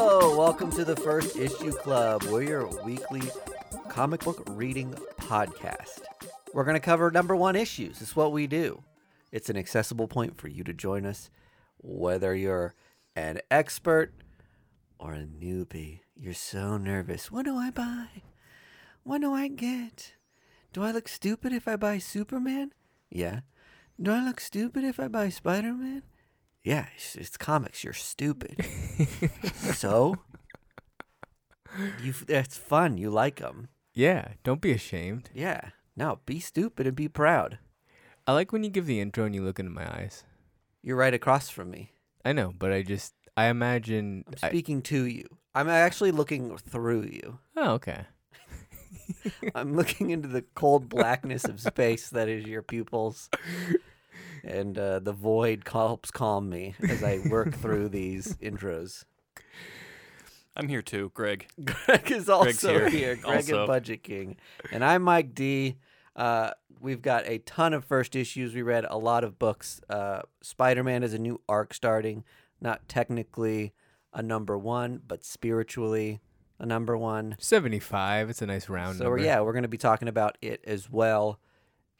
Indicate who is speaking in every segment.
Speaker 1: Welcome to the First Issue Club. We're your weekly comic book reading podcast. We're going to cover number one issues. It's what we do. It's an accessible point for you to join us, whether you're an expert or a newbie. You're so nervous. What do I buy? What do I get? Do I look stupid if I buy Superman? Yeah. Do I look stupid if I buy Spider Man? Yeah, it's, it's comics. You're stupid. so you that's fun you like them
Speaker 2: Yeah, don't be ashamed.
Speaker 1: yeah now be stupid and be proud
Speaker 2: I like when you give the intro and you look into my eyes.
Speaker 1: you're right across from me
Speaker 2: I know, but I just I imagine.
Speaker 1: i'm
Speaker 2: I,
Speaker 1: speaking to you i'm actually looking through you
Speaker 2: oh, okay.
Speaker 1: i'm looking into the cold blackness of space that is your pupils and uh, the void helps calm me as i work through these intros
Speaker 3: I'm here too, Greg.
Speaker 1: Greg is also
Speaker 3: here.
Speaker 1: here. Greg
Speaker 3: Also.
Speaker 1: and Budget King. And I'm Mike D. Uh, we've got a ton of first issues. We read a lot of books. Uh, Spider Man is a new arc starting, not technically a number one, but spiritually a number one.
Speaker 2: Seventy-five. It's a nice round
Speaker 1: So,
Speaker 2: number.
Speaker 1: yeah, we're going to be talking about it as well.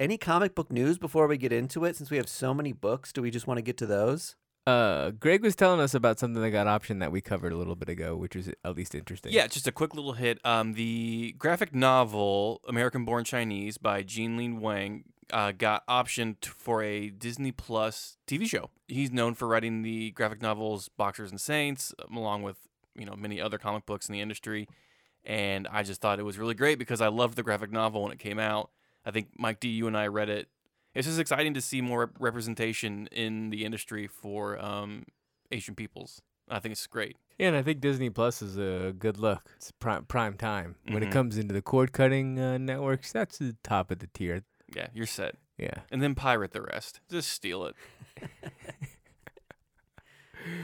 Speaker 1: Any comic book news before we get into it? Since we have so many books, do we just want to get to those?
Speaker 2: Uh, Greg was telling us about something that got option that we covered a little bit ago, which is at least interesting.
Speaker 3: Yeah, just a quick little hit. Um, the graphic novel American Born Chinese by Jean Lin Wang uh, got optioned t- for a Disney Plus TV show. He's known for writing the graphic novels Boxers and Saints, um, along with you know many other comic books in the industry. And I just thought it was really great because I loved the graphic novel when it came out. I think Mike D, you and I read it. It's just exciting to see more rep- representation in the industry for um, Asian peoples. I think it's great.
Speaker 2: Yeah, and I think Disney Plus is a good look. It's prime prime time when it
Speaker 3: Mhm.
Speaker 2: comes into the cord-cutting uh, networks. That's the top of the tier.
Speaker 3: Yeah, you're set.
Speaker 2: Yeah.
Speaker 3: and then pirate the rest. Just steal it.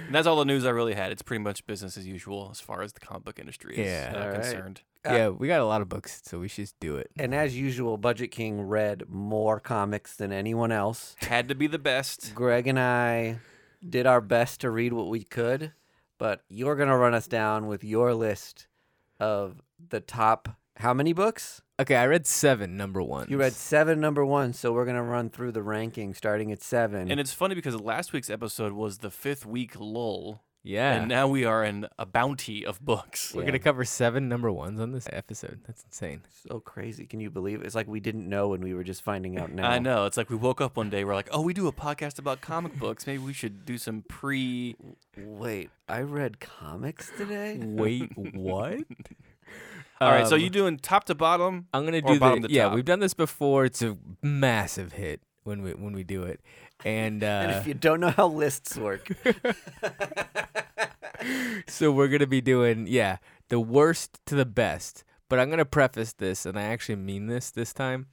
Speaker 3: And that's all the news I really had. It's pretty much business as usual as far as the comic book industry is
Speaker 2: Yeah.
Speaker 3: uh,
Speaker 1: All right.
Speaker 3: concerned.
Speaker 1: Uh,
Speaker 2: yeah, we got a lot of books, so we should just do it.
Speaker 1: And as usual, Budget King read more comics than anyone else.
Speaker 3: Had to be the best.
Speaker 1: Greg and I did our best to read what we could, but you're going to run us down with your list of the top how many books?
Speaker 2: Okay, I read seven number ones.
Speaker 1: You read 7 number 1, so we're going to run through the ranking starting at 7.
Speaker 3: And it's funny because last week's episode was the fifth week lull,
Speaker 2: Yeah.
Speaker 3: and now we are in a bounty of books.
Speaker 2: We're
Speaker 1: Yeah.
Speaker 2: gonna cover seven number ones on this episode. That's insane.
Speaker 1: so crazy. Can you believe it? It's like we didn't know and we were just finding out now.
Speaker 3: I know. It's like we woke up one day, we're like, oh, we do a podcast about comic books. Maybe we should do some pre.
Speaker 1: Wait, I read comics today?
Speaker 2: Wait, what?
Speaker 3: All right, so you doing top to bottom?
Speaker 2: I'm gonna
Speaker 3: or
Speaker 2: do
Speaker 3: bottom
Speaker 2: the
Speaker 3: to
Speaker 2: yeah.
Speaker 3: top?
Speaker 2: We've done this before. It's a massive hit when we when we do it, and, uh,
Speaker 1: and if you don't know how lists work,
Speaker 2: so we're gonna be doing yeah the worst to the best. But I'm gonna preface this, and I actually mean this this time.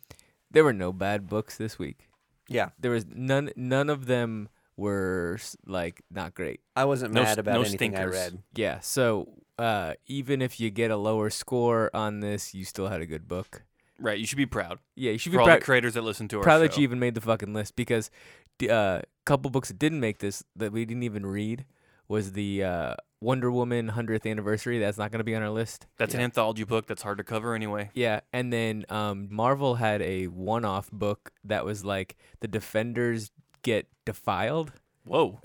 Speaker 2: There were no bad books this week.
Speaker 1: yeah,
Speaker 2: There was none. None of them were s- like not great.
Speaker 1: I wasn't
Speaker 3: No
Speaker 1: mad
Speaker 3: s-
Speaker 1: about
Speaker 3: no
Speaker 1: anything I
Speaker 3: stinkers.
Speaker 1: read.
Speaker 2: Yeah. So uh, even if you get a lower score on this, you still had a good book.
Speaker 3: Right, you should be proud.
Speaker 2: Yeah, you should
Speaker 3: For
Speaker 2: be
Speaker 3: all
Speaker 2: proud.
Speaker 3: the creators that listen to our
Speaker 2: proud
Speaker 3: show.
Speaker 2: that you even made the fucking list because the uh, couple books that didn't make this that we didn't even read was the uh, Wonder Woman hundredth anniversary. That's not gonna be on our list.
Speaker 3: That's an
Speaker 2: yeah.
Speaker 3: anthology book that's hard to cover anyway.
Speaker 2: Yeah, and then um, Marvel had a one-off book that was like the Defenders get defiled,
Speaker 3: Whoa.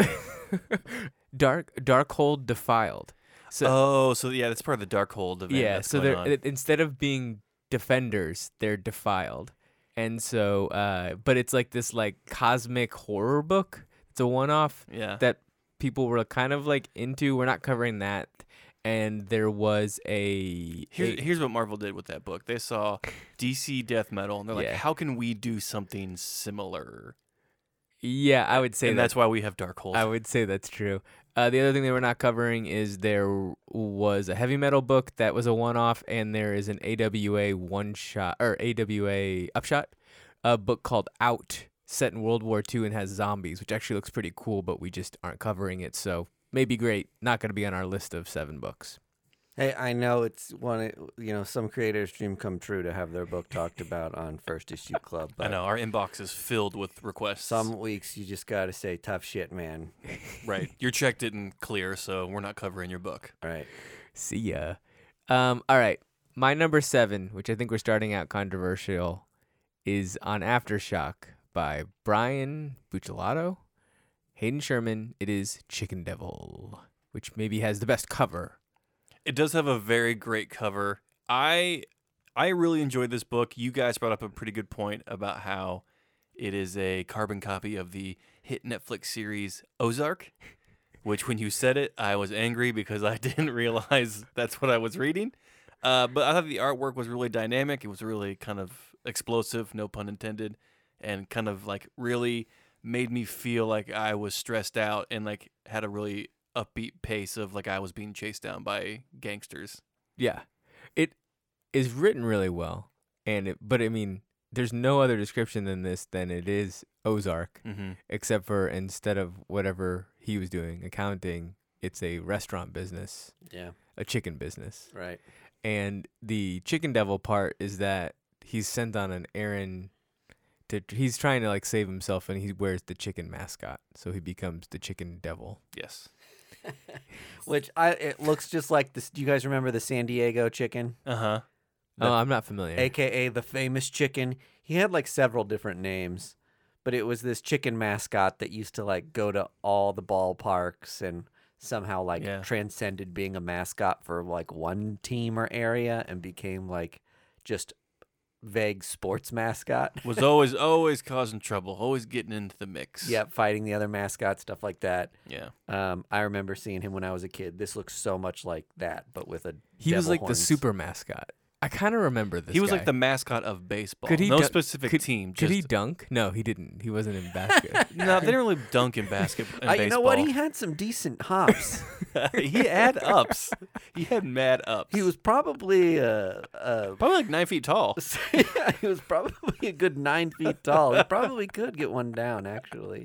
Speaker 2: Dark Darkhold defiled. So
Speaker 3: oh, so yeah, that's part of the Darkhold event.
Speaker 2: yeah,
Speaker 3: that's
Speaker 2: so
Speaker 3: going
Speaker 2: they're
Speaker 3: on.
Speaker 2: i- instead of being defenders, they're defiled, and so uh, but it's like this like cosmic horror book. It's a one-off
Speaker 3: yeah.
Speaker 2: that people were kind of like into. We're not covering that, and there was a,
Speaker 3: here's,
Speaker 2: a-
Speaker 3: here's what Marvel did with that book. They saw DC death metal and they're like,
Speaker 2: Yeah.
Speaker 3: how can we do something similar?
Speaker 2: yeah, I would say
Speaker 3: and
Speaker 2: that's
Speaker 3: that's why we have Darkhold.
Speaker 2: I would say that's true. Uh, the other thing they were not covering is there was a heavy metal book that was a one-off, and there is an AWA one-shot or AWA upshot, a book called Out, set in World War II and has zombies, which actually looks pretty cool, but we just aren't covering it. So maybe great, not going to be on our list of seven books.
Speaker 1: Hey, I know it's one. of- You know, some creators' dream come true to have their book talked about on First Issue Club. But
Speaker 3: I know our inbox is filled with requests.
Speaker 1: Some weeks you just got to say tough shit, man.
Speaker 3: right. Your check didn't clear, so we're not covering your book.
Speaker 1: All right.
Speaker 2: See ya. Um, all right. My number seven, which I think we're starting out controversial, is on Aftershock by Brian Bucciolato, Hayden Sherman. It is Chicken Devil, which maybe has the best cover.
Speaker 3: It does have a very great cover. I I really enjoyed this book. You guys brought up a pretty good point about how it is a carbon copy of the hit Netflix series Ozark, which when you said it, I was angry because I didn't realize that's what I was reading. Uh, but I thought the artwork was really dynamic. It was really kind of explosive, no pun intended, and kind of like really made me feel like I was stressed out and like had a really upbeat pace of like I was being chased down by gangsters.
Speaker 2: Yeah. It is written really well. And it, but I mean, there's no other description than this than it is Ozark,
Speaker 3: Mm-hmm.
Speaker 2: except for instead of whatever he was doing, accounting, it's a restaurant business,
Speaker 1: Yeah.
Speaker 2: a chicken business.
Speaker 1: Right.
Speaker 2: And the chicken devil part is that he's sent on an errand to he's trying to like save himself and he wears the chicken mascot. So he becomes the chicken devil.
Speaker 3: Yes.
Speaker 1: Which I it looks just like this. Do you guys remember the San Diego chicken,
Speaker 3: Uh huh.
Speaker 2: oh, I'm not familiar.
Speaker 1: aka the famous chicken? He had like several different names, but it was this chicken mascot that used to like go to all the ballparks and somehow like
Speaker 3: Yeah.
Speaker 1: transcended being a mascot for like one team or area and became like just vague sports mascot.
Speaker 3: Was always always causing trouble, always getting into the mix.
Speaker 1: yeah, fighting the other mascot stuff like that.
Speaker 3: Yeah.
Speaker 1: Um, I remember seeing him when I was a kid. This looks so much like that, but with a
Speaker 2: he was
Speaker 1: devil
Speaker 2: like
Speaker 1: horns.
Speaker 2: the super mascot. I kind of remember this.
Speaker 3: He was
Speaker 2: guy.
Speaker 3: like the mascot of baseball.
Speaker 2: Could he
Speaker 3: no
Speaker 2: dun-
Speaker 3: specific team.
Speaker 2: Could
Speaker 3: just,
Speaker 2: he dunk? No, he didn't. He wasn't in basket.
Speaker 3: No, they didn't really dunk in basketball.
Speaker 1: Uh, you know what? He had some decent hops.
Speaker 3: he had ups. He had mad ups.
Speaker 1: he was probably uh, uh,
Speaker 3: probably like nine feet tall.
Speaker 1: yeah, he was probably a good nine feet tall. He probably could get one down. Actually,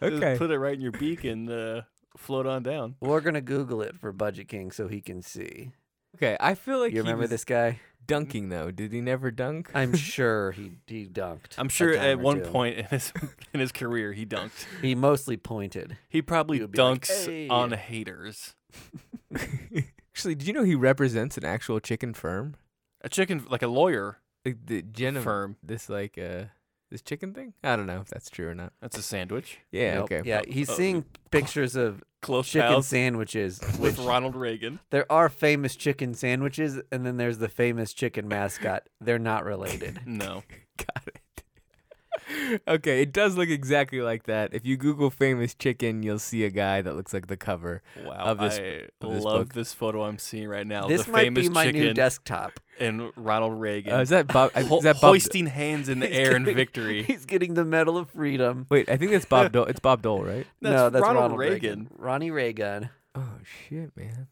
Speaker 2: okay.
Speaker 3: Just put it right in your beak and uh, float on down.
Speaker 1: we're gonna Google it for Budget King so he can see.
Speaker 2: okay. I feel like
Speaker 1: You
Speaker 2: he
Speaker 1: remember
Speaker 2: was
Speaker 1: this guy?
Speaker 2: dunking though. Did he never dunk?
Speaker 1: I'm sure he he dunked.
Speaker 3: I'm
Speaker 1: a
Speaker 3: sure
Speaker 1: time
Speaker 3: at
Speaker 1: or
Speaker 3: one
Speaker 1: two.
Speaker 3: point in his in his career he dunked.
Speaker 1: he mostly pointed.
Speaker 3: He probably
Speaker 1: He would be like,
Speaker 3: dunks
Speaker 1: "Hey."
Speaker 3: on haters.
Speaker 2: Actually, did you know he represents an actual chicken firm?
Speaker 3: A chicken like a lawyer.
Speaker 2: Like the Jenna
Speaker 3: Firm.
Speaker 2: This like uh this chicken thing? I don't know if that's true or not.
Speaker 3: That's a sandwich.
Speaker 2: Yeah.
Speaker 1: Nope.
Speaker 2: Okay.
Speaker 1: Yeah, he's
Speaker 3: Uh,
Speaker 1: seeing pictures of
Speaker 3: Close
Speaker 1: chicken
Speaker 3: pals
Speaker 1: sandwiches
Speaker 3: with
Speaker 1: which-
Speaker 3: Ronald Reagan.
Speaker 1: There are famous chicken sandwiches, and then there's the famous chicken mascot. They're not related.
Speaker 3: No.
Speaker 2: Got it. okay. It does look exactly like that. If you Google famous chicken, you'll see a guy that looks like the cover.
Speaker 3: Wow.
Speaker 2: Of this-
Speaker 3: I
Speaker 2: of this
Speaker 3: love
Speaker 2: book.
Speaker 3: this photo I'm seeing right now.
Speaker 1: this
Speaker 3: the
Speaker 1: might
Speaker 3: famous
Speaker 1: be my
Speaker 3: chicken
Speaker 1: new desktop.
Speaker 3: and Ronald Reagan.
Speaker 2: Uh, is that Bob? I-
Speaker 3: Ho-
Speaker 2: is that Bob?
Speaker 3: hoisting hands in the
Speaker 1: He's
Speaker 3: air in
Speaker 1: getting-
Speaker 3: victory.
Speaker 1: He's getting the Medal of Freedom.
Speaker 2: Wait, I think that's Bob Dole. It's Bob Dole, right?
Speaker 1: no, that's Ronald, Reagan. Ronnie Reagan.
Speaker 2: Oh shit, man.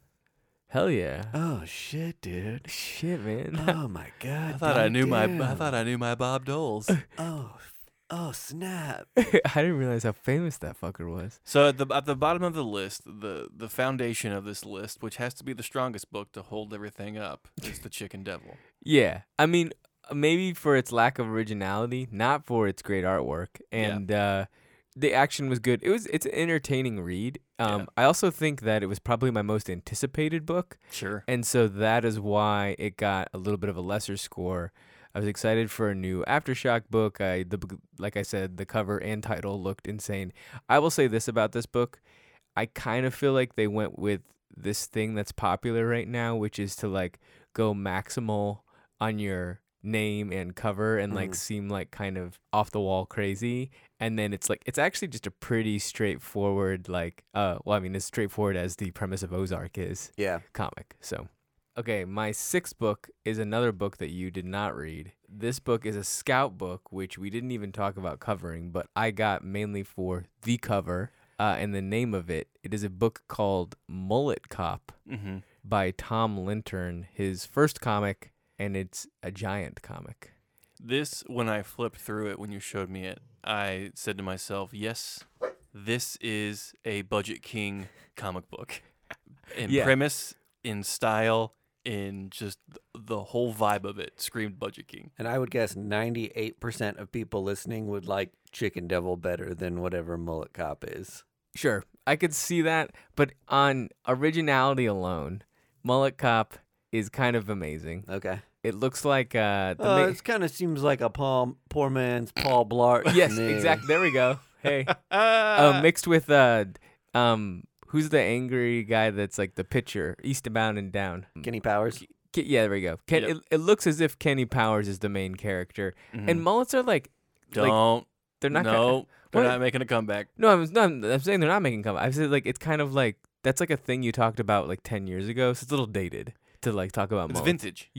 Speaker 2: Hell yeah.
Speaker 3: Uh,
Speaker 1: Oh shit, dude.
Speaker 2: Shit, man.
Speaker 1: Oh my god.
Speaker 3: I thought I knew my I thought I knew my Bob Doles.
Speaker 1: Oh, oh snap.
Speaker 2: I didn't realize how famous that fucker was.
Speaker 3: So at the at the bottom of the list, the the foundation of this list, which has to be the strongest book to hold everything up, is the Chicken Devil.
Speaker 2: Yeah. I mean, uh, maybe for its lack of originality, not for its great artwork.
Speaker 3: Yeah.
Speaker 2: And uh the action was good. It was it's an entertaining read. Um
Speaker 3: Yeah.
Speaker 2: I also think that it was probably my most anticipated book,
Speaker 3: Sure.
Speaker 2: and so that is why it got a little bit of a lesser score. I was excited for a new Aftershock book. I the b- like I said, the cover and title looked insane. I will say this about this book. I kind of feel like they went with this thing that's popular right now, which is to like go maximal on your name and cover and like
Speaker 1: Mhm.
Speaker 2: seem like kind of off the wall crazy. And then it's like it's actually just a pretty straightforward like uh well I mean as straightforward as the premise of Ozark is
Speaker 1: Yeah.
Speaker 2: comic. So, okay, my sixth book is another book that you did not read. This book is a scout book, which we didn't even talk about covering, but I got mainly for the cover uh, and the name of it. It is a book called Mullet Cop
Speaker 3: Mm-hmm.
Speaker 2: by Tom Lintern, his first comic, and it's a giant comic.
Speaker 3: This, when I flipped through it, when you showed me it, I said to myself, yes, this is a Budget King comic book. In
Speaker 2: Yeah.
Speaker 3: premise, in style, in just th- the whole vibe of it screamed Budget King.
Speaker 1: And I would guess 98% of people listening would like Chicken Devil better than whatever Mullet Cop is.
Speaker 2: Sure, I could see that, but on originality alone, Mullet Cop is kind of amazing.
Speaker 1: Okay.
Speaker 2: It looks like uh, the
Speaker 1: Uh,
Speaker 2: ma-
Speaker 1: it kind of seems like a Paul, poor man's Paul Blart. to
Speaker 2: yes,
Speaker 1: me.
Speaker 2: exactly. There we go. Hey,
Speaker 3: Uh,
Speaker 2: uh, mixed with uh, d- um, who's the angry guy that's like the pitcher, eastbound and down?
Speaker 1: Kenny Powers.
Speaker 2: Ke- yeah, there we go. Ken,
Speaker 3: Yep.
Speaker 2: it, it looks as if Kenny Powers is the main character, and
Speaker 3: mhm.
Speaker 2: mullets are like like,
Speaker 3: don't.
Speaker 2: they're not.
Speaker 3: no,
Speaker 2: gonna-
Speaker 3: they're
Speaker 2: What?
Speaker 3: not making a comeback.
Speaker 2: No, I'm, no, I'm, I'm saying they're not making comeback. I said like it's kind of like that's like a thing you talked about like ten years ago. So it's a little dated to like talk about
Speaker 3: It's
Speaker 2: mullets.
Speaker 3: vintage.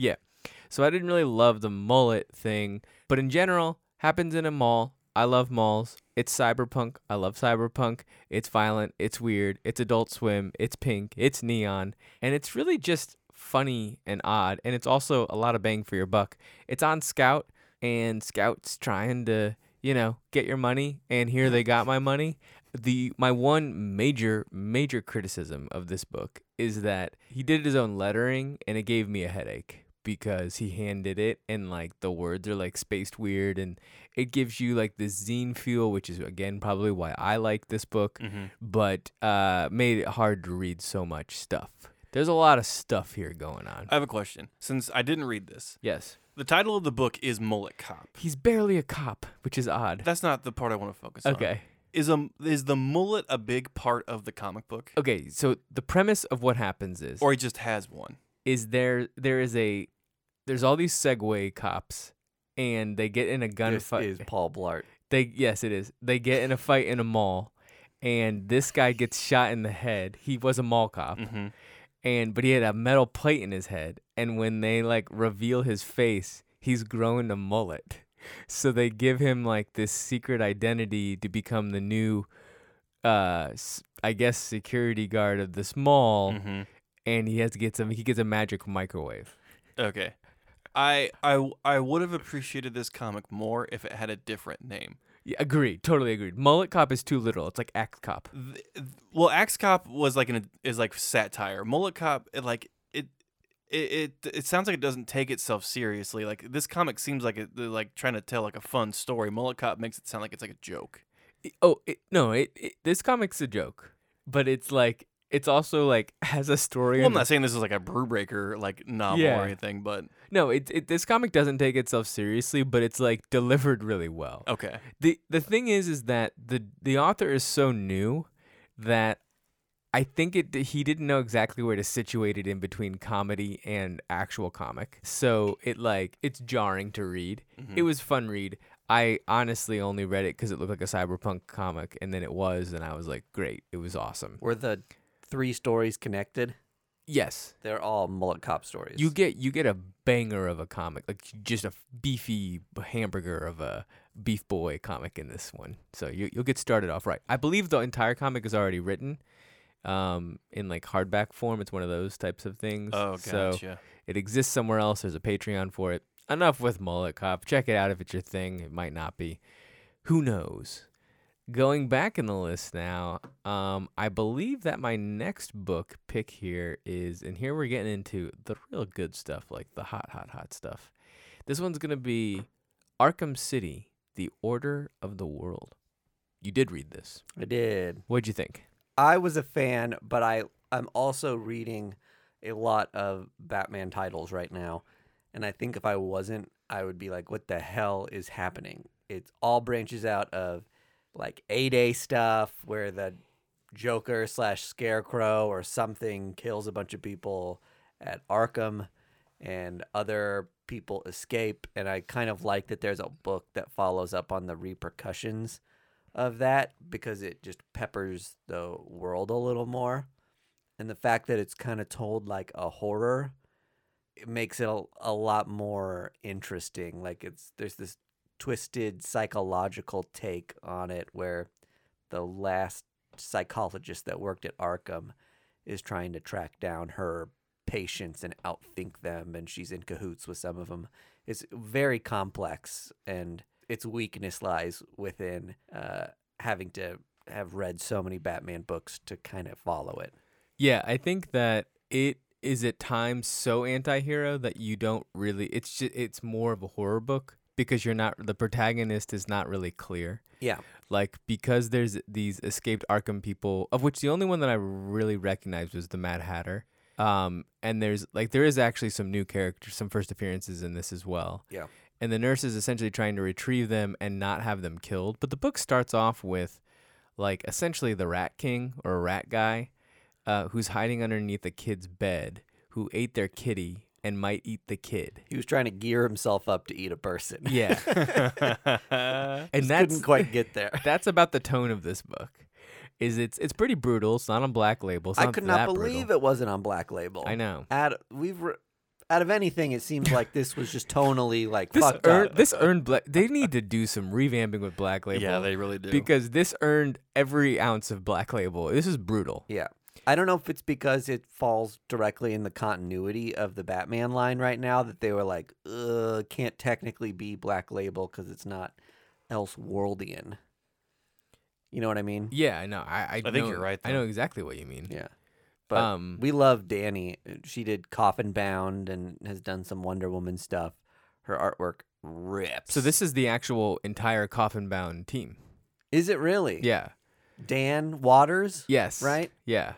Speaker 2: So I didn't really love the mullet thing, but in general, happens in a mall. I love malls. It's cyberpunk. I love cyberpunk. It's violent. It's weird. It's Adult Swim. It's pink. It's neon, and it's really just funny and odd. And it's also a lot of bang for your buck. It's on Scout, and Scout's trying to you know get your money, and here they got my money. The my one major major criticism of this book is that he did his own lettering, and it gave me a headache because he handed it and like the words are like spaced weird and it gives you like this zine feel which is again probably why i like this book
Speaker 3: Mhm.
Speaker 2: but uh made it hard to read so much stuff there's a lot of stuff here going on
Speaker 3: I have a question. Since I didn't read this,
Speaker 2: yes
Speaker 3: the title of the book is Mullet Cop.
Speaker 2: he's barely a cop which is odd
Speaker 3: That's not the part I want to focus on.
Speaker 2: okay
Speaker 3: Is a is the mullet a big part of the comic book,
Speaker 2: okay so the premise of what happens is
Speaker 3: or he just has one?
Speaker 2: is there there is a there's all these segway cops and they get in a
Speaker 1: This
Speaker 2: gunfight
Speaker 1: is Paul Blart.
Speaker 2: They yes, it is. They get in a fight in a mall, and this guy gets shot in the head. He was a mall cop,
Speaker 3: Mm-hmm.
Speaker 2: and but he had a metal plate in his head. And when they like reveal his face, he's grown a mullet. So they give him like this secret identity to become the new, uh, s- I guess security guard of this mall,
Speaker 3: Mm-hmm.
Speaker 2: and he has to get some. He gets a magic microwave.
Speaker 3: Okay. I I I would have appreciated this comic more if it had a different name.
Speaker 2: Yeah, agreed. Totally agreed. Mullet cop is too little. It's like axe cop.
Speaker 3: Th- th- well, Axe Cop was like an is like satire. Mullet Cop, it like it. It, it it sounds like it doesn't take itself seriously. Like this comic seems like it, they're like trying to tell like a fun story. Mullet Cop makes it sound like it's like a joke.
Speaker 2: I- Oh it, no! It, it this comic's a joke, but it's like it's also like has a story.
Speaker 3: Well, I'm
Speaker 2: under-
Speaker 3: not saying this is like a brew breaker like novel
Speaker 2: Yeah.
Speaker 3: or anything, but
Speaker 2: no, it, it this comic doesn't take itself seriously, but it's like delivered really well.
Speaker 3: okay.
Speaker 2: the The thing is, is that the the author is so new that I think it he didn't know exactly where to situate it in between comedy and actual comic. So it like it's jarring to read.
Speaker 3: Mm-hmm. Mm.
Speaker 2: It was fun read. I honestly only read it because it looked like a cyberpunk comic, and then it was, and I was like, great, it was awesome.
Speaker 1: Were the three stories connected?
Speaker 2: Yes,
Speaker 1: They're all mullet cop stories.
Speaker 2: you get you get a banger of a comic, like just a beefy hamburger of a beef boy comic in this one. So you you'll get started off right. I believe the entire comic is already written, um, in like hardback form. It's one of those types of things.
Speaker 3: Oh,
Speaker 2: So
Speaker 3: gotcha.
Speaker 2: it exists somewhere else. There's a Patreon for it. Enough with Mullet Cop. Check it out if it's your thing. It might not be. Who knows? Going back in the list now, um, I believe that my next book pick here is, and here we're getting into the real good stuff, like the hot, hot, hot stuff. This one's going to be Arkham City, The Order of the World. You did read this.
Speaker 1: I did.
Speaker 2: What'd you think?
Speaker 1: I was a fan, but I I'm also reading a lot of Batman titles right now, and I think if I wasn't, I would be like, "What the hell is happening?" It's all branches out of like A Day stuff where the Joker slash Scarecrow or something kills a bunch of people at Arkham, and other people escape. And I kind of like that there's a book that follows up on the repercussions of that because it just peppers the world a little more. And the fact that it's kind of told like a horror, it makes it a, a lot more interesting. Like it's there's this twisted psychological take on it where the last psychologist that worked at Arkham is trying to track down her patients and outthink them and she's in cahoots with some of them. It's very complex and its weakness lies within uh, having to have read so many Batman books to kind of follow it.
Speaker 2: Yeah, I think that it is at times so anti-hero that you don't really it's just it's more of a horror book because you're not the protagonist is not really clear.
Speaker 1: Yeah.
Speaker 2: Like because there's these escaped Arkham people of which the only one that I really recognized was the Mad Hatter. Um, and there's like there is actually some new characters, some first appearances in this as well.
Speaker 1: Yeah.
Speaker 2: And the nurse is essentially trying to retrieve them and not have them killed. But the book starts off with like essentially the rat king or rat guy uh, who's hiding underneath a kid's bed who ate their kitty and might eat the kid.
Speaker 1: He was trying to gear himself up to eat a person.
Speaker 2: Yeah. and
Speaker 1: Just
Speaker 2: that's
Speaker 1: couldn't quite get there.
Speaker 2: that's about the tone of this book. Is it's it's pretty brutal. It's not on black label. It's
Speaker 1: I
Speaker 2: not
Speaker 1: could not
Speaker 2: that
Speaker 1: believe
Speaker 2: brutal.
Speaker 1: it wasn't on Black Label.
Speaker 2: I know.
Speaker 1: Out we've re- out of anything, it seems like this was just tonally like
Speaker 2: This
Speaker 1: fucked
Speaker 2: earned
Speaker 1: up.
Speaker 2: this earned black. They need to do some revamping with black label.
Speaker 3: yeah, they really do.
Speaker 2: because this earned every ounce of black label. This is brutal.
Speaker 1: Yeah. I don't know if it's because it falls directly in the continuity of the Batman line right now that they were like, Ugh, can't technically be Black Label because it's not Elseworldian. You know what I mean?
Speaker 2: Yeah, I know. I, I,
Speaker 3: think
Speaker 2: know-
Speaker 3: you're right,
Speaker 2: I know exactly what you mean.
Speaker 1: Yeah. But
Speaker 2: Um,
Speaker 1: we love Danny. She did Coffin Bound and has done some Wonder Woman stuff. Her artwork rips.
Speaker 2: So this is the actual entire coffin bound team.
Speaker 1: is it really?
Speaker 2: Yeah.
Speaker 1: Dan Waters.
Speaker 2: Yes.
Speaker 1: Right?
Speaker 2: Yeah.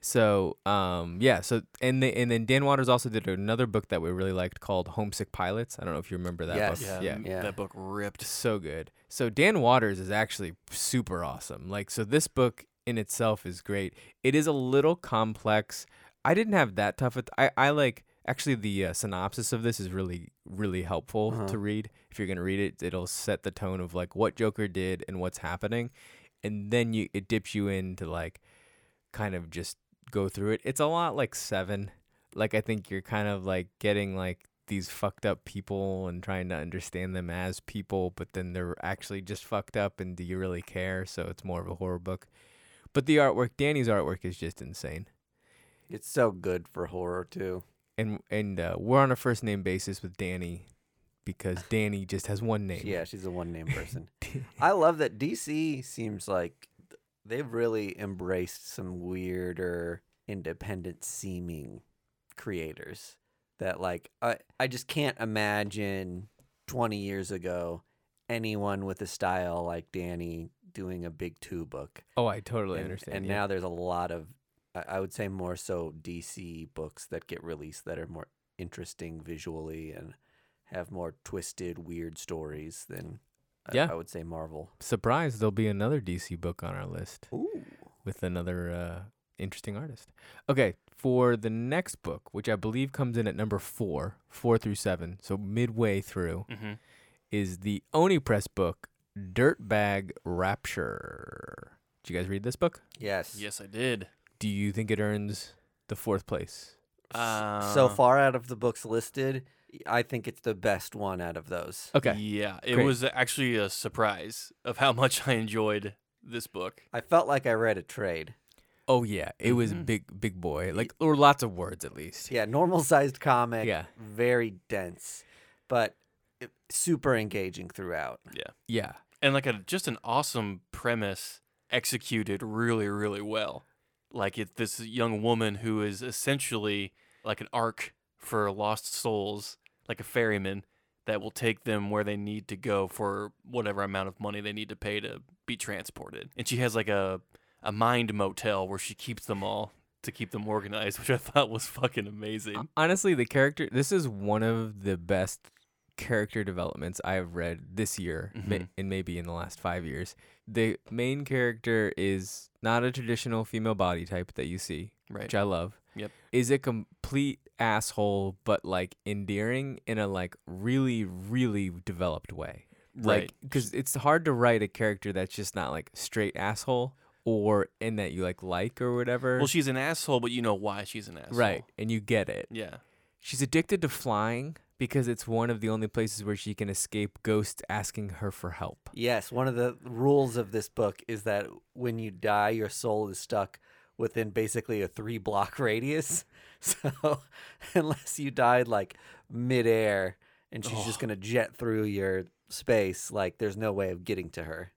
Speaker 2: So, um, yeah. So, and the, and then Dan Waters also did another book that we really liked called Homesick Pilots. I don't know if you remember that
Speaker 1: Yes.
Speaker 2: book.
Speaker 3: yeah,
Speaker 2: yeah.
Speaker 3: m-
Speaker 1: Yeah.
Speaker 3: that book ripped.
Speaker 2: so good. So Dan Waters is actually super awesome. Like so this book in itself is great. It is a little complex. I didn't have that tough a t- I I like actually the uh, synopsis of this is really really helpful
Speaker 1: Uh-huh.
Speaker 2: to read. If you're going to read it, it'll set the tone of like what Joker did and what's happening. And then you it dips you into like kind of just go through it. It's a lot like 7. Like I think you're kind of like getting like these fucked up people and trying to understand them as people, but then they're actually just fucked up and do you really care? So it's more of a horror book. But the artwork, Danny's artwork is just insane.
Speaker 1: It's so good for horror too.
Speaker 2: And and uh, we're on a first name basis with Danny because Danny just has one name.
Speaker 1: Yeah, she's a one name person. I love that DC seems like th- they've really embraced some weirder independent seeming creators that like I I just can't imagine 20 years ago anyone with a style like Danny doing a big two book.
Speaker 2: Oh, I totally
Speaker 1: and,
Speaker 2: understand.
Speaker 1: and
Speaker 2: yeah.
Speaker 1: now there's a lot of I- I would say more so DC books that get released that are more interesting visually and have more twisted, weird stories than I-
Speaker 2: Yeah.
Speaker 1: I would say Marvel.
Speaker 2: surprise, there'll be another DC book on our list.
Speaker 1: Ooh.
Speaker 2: with another uh, interesting artist. Okay, for the next book, which I believe comes in at number four, four through seven, so midway through,
Speaker 3: Mm-hmm.
Speaker 2: is the Oni Press book, Dirtbag Rapture. Did you guys read this book?
Speaker 1: Yes.
Speaker 3: Yes, I did.
Speaker 2: Do you think it earns the fourth place?
Speaker 3: Uh,
Speaker 1: so far out of the books listed, I think it's the best one out of those.
Speaker 2: Okay.
Speaker 3: Yeah, it
Speaker 2: Great.
Speaker 3: was actually a surprise of how much I enjoyed this book.
Speaker 1: I felt like I read a trade.
Speaker 2: Oh yeah, it was
Speaker 3: Mhm.
Speaker 2: big, big boy. Like or lots of words at least.
Speaker 1: Yeah, normal sized comic.
Speaker 2: Yeah.
Speaker 1: Very dense, but it- super engaging throughout.
Speaker 2: Yeah.
Speaker 3: and like a just an awesome premise executed really really well like it's this young woman who is essentially like an ark for lost souls like a ferryman that will take them where they need to go for whatever amount of money they need to pay to be transported and she has like a a mind motel where she keeps them all to keep them organized which i thought was fucking amazing
Speaker 2: Honestly, the character. This is one of the best character developments I have read this year, ma-
Speaker 3: Mhm.
Speaker 2: and maybe in the last five years. The main character is not a traditional female body type that you see,
Speaker 3: right
Speaker 2: which I love.
Speaker 3: Yep.
Speaker 2: Is a complete asshole, but like endearing in a like really, really developed way.
Speaker 3: right
Speaker 2: Like, because it's hard to write a character that's just not like straight asshole or in that you like like or whatever.
Speaker 3: well she's an asshole but you know why she's an asshole
Speaker 2: right, and you get it.
Speaker 3: yeah
Speaker 2: She's addicted to flying because it's one of the only places where she can escape ghosts asking her for help.
Speaker 1: Yes, one of the rules of this book is that when you die, your soul is stuck within basically a three block radius. So, unless you died like midair and she's just
Speaker 3: Oh.
Speaker 1: going to jet through your space, like there's no way of getting to her.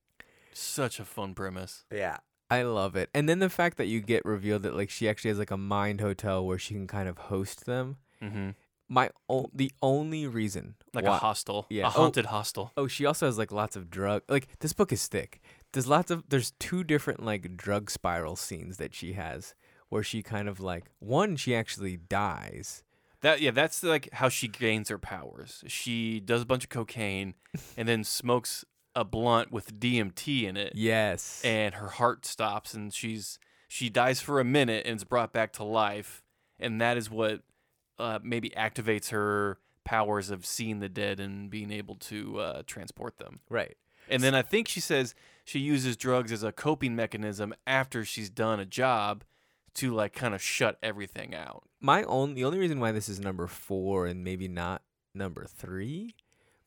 Speaker 3: such a fun premise
Speaker 1: Yeah.
Speaker 2: I love it. And then the fact that you get revealed that like she actually has like a mind hotel where she can kind of host them.
Speaker 3: mm-hmm
Speaker 2: My o- the only reason
Speaker 3: like a
Speaker 2: why-
Speaker 3: hostel,
Speaker 2: Yeah.
Speaker 3: a
Speaker 2: Oh.
Speaker 3: haunted hostel.
Speaker 2: Oh, she also has like lots of drug. Like this book is thick. There's lots of there's two different like drug spiral scenes that she has. where she kind of like one she actually dies.
Speaker 3: That yeah, that's like how she gains her powers. She does a bunch of cocaine and then smokes a blunt with DMT in it,
Speaker 2: Yes.
Speaker 3: and her heart stops, and she's she dies for a minute and is brought back to life, and that is what uh, maybe activates her powers of seeing the dead and being able to uh, transport them.
Speaker 2: right.
Speaker 3: And then I think she says she uses drugs as a coping mechanism after she's done a job to like kind of shut everything out.
Speaker 2: my own the only reason why this is number four and maybe not number three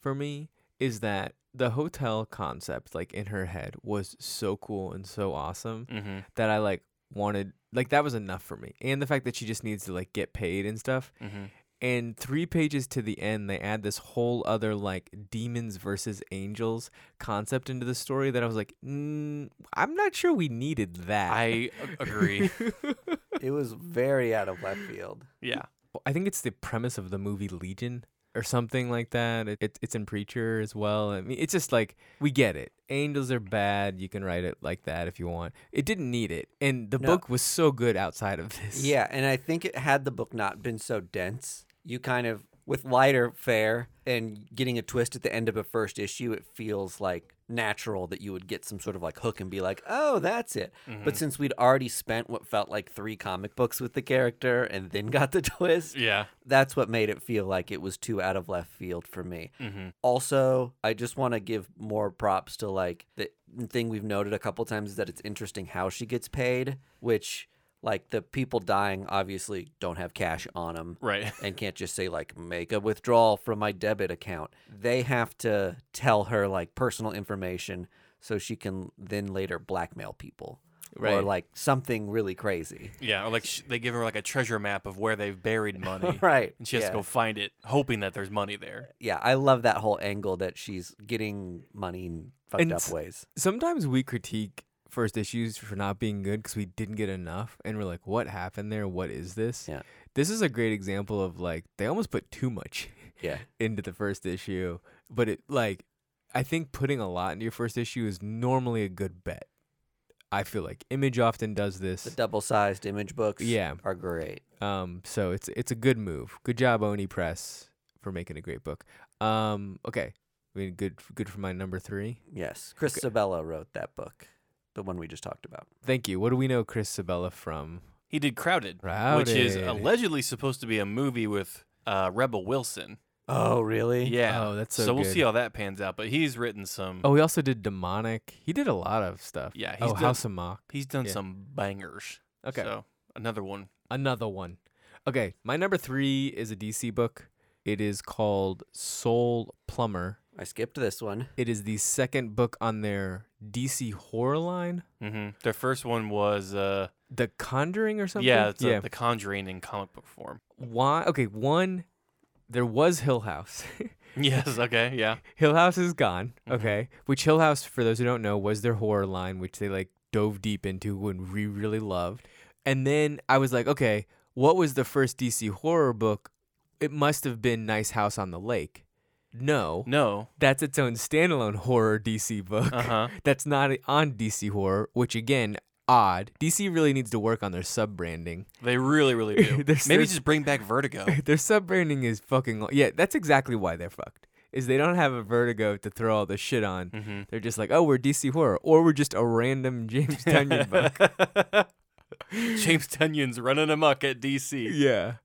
Speaker 2: for me is that the hotel concept like in her head was so cool and so awesome
Speaker 3: Mm-hmm.
Speaker 2: that i like wanted like that was enough for me and the fact that she just needs to like get paid and stuff
Speaker 3: Mm-hmm.
Speaker 2: and three pages to the end they add this whole other like demons versus angels concept into the story that i was like mm, i'm not sure we needed that
Speaker 3: I a- agree.
Speaker 1: It was very out of left field.
Speaker 3: yeah.
Speaker 2: I think it's the premise of the movie Legion or something like that. It, it, it's in Preacher as well. I mean, it's just like we get it. Angels are bad. You can write it like that if you want. It didn't need it, and the
Speaker 1: No.
Speaker 2: book was so good outside of this.
Speaker 1: Yeah, and I think it had the book not been so dense, you kind of with lighter fare and getting a twist at the end of a first issue, it feels like natural that you would get some sort of like hook and be like, "Oh, that's it." But since we'd already spent what felt like 3 comic books with the character and then got the twist,
Speaker 3: Yeah.
Speaker 1: that's what made it feel like it was too out of left field for me.
Speaker 3: Mm-hmm.
Speaker 1: Also, I just want to give more props to like the thing we've noted a couple times is that it's interesting how she gets paid, which like the people dying obviously don't have cash on them
Speaker 3: Right.
Speaker 1: and can't just say like make a withdrawal from my debit account. They have to tell her like personal information so she can then later blackmail people or
Speaker 2: Right.
Speaker 1: like something really crazy.
Speaker 3: Yeah. Or like sh- they give her like a treasure map of where they've buried money.
Speaker 1: right.
Speaker 3: And she has
Speaker 1: yeah.
Speaker 3: to go find it, hoping that there's money there.
Speaker 1: yeah, I love that whole angle that she's getting money in fucked
Speaker 2: And
Speaker 1: up
Speaker 2: s-
Speaker 1: ways.
Speaker 2: Sometimes we critique first issues for not being good because we didn't get enough, and we're like, "What happened there? What is this?"
Speaker 1: Yeah.
Speaker 2: This is a great example of like they almost put too much
Speaker 1: Yeah.
Speaker 2: into the first issue, but it like I think putting a lot into your first issue is normally a good bet. I feel like Image often does
Speaker 1: The
Speaker 2: this.
Speaker 1: double-sized image books
Speaker 2: Yeah.
Speaker 1: are great.
Speaker 2: Um so it's it's a good move. Good job Oni Press for making a great book. Um okay. I mean good good for my number 3.
Speaker 1: Yes. Chris Sabella wrote that book, the one we just talked about.
Speaker 2: Thank you. What do we know Chris Sabella from?
Speaker 3: He did Crowded, which is
Speaker 2: Crowded.
Speaker 3: allegedly supposed to be a movie with uh, Rebel Wilson.
Speaker 1: Oh, really?
Speaker 3: Yeah.
Speaker 2: Oh, that's so
Speaker 3: we'll
Speaker 2: good.
Speaker 3: see how that pans out. But he's written some.
Speaker 2: Oh, he also did Demonic. He did a lot of stuff.
Speaker 3: Yeah, he's
Speaker 2: Oh,
Speaker 3: done-
Speaker 2: House of Mock.
Speaker 3: He's done
Speaker 2: yeah.
Speaker 3: some bangers.
Speaker 2: Okay.
Speaker 3: So another one.
Speaker 2: another one. Okay, my number three is a DC book. It is called Soul Plumber.
Speaker 1: I skipped this one.
Speaker 2: It is the second book on their DC horror line,
Speaker 3: Mm-hmm. Their first one was uh,
Speaker 2: The Conjuring or something.
Speaker 3: yeah, it's uh,
Speaker 2: yeah.
Speaker 3: The Conjuring in comic book form.
Speaker 2: Why? Okay, one. There was Hill House.
Speaker 3: Yes. Okay. Yeah.
Speaker 2: Hill House is gone. Okay, which Hill House, for those who don't know, was their horror line, which they like dove deep into and we really loved. And then I was like, okay, what was the first DC horror book? It must have been Nice House on the Lake. No,
Speaker 3: No.
Speaker 2: that's its own standalone horror DC book.
Speaker 3: Uh huh.
Speaker 2: That's not on DC horror, which again, odd. DC really needs to work on their sub branding.
Speaker 3: They really, really do. Maybe
Speaker 2: There's- there's-
Speaker 3: just bring back Vertigo.
Speaker 2: Their sub branding is fucking yeah. That's exactly why they're fucked. Is they don't have a vertigo to throw all this shit on.
Speaker 3: mm-hmm.
Speaker 2: They're just like, oh, we're DC horror, or we're just a random James Dunyan book.
Speaker 3: James Tunyon's running amok at DC.
Speaker 2: Yeah.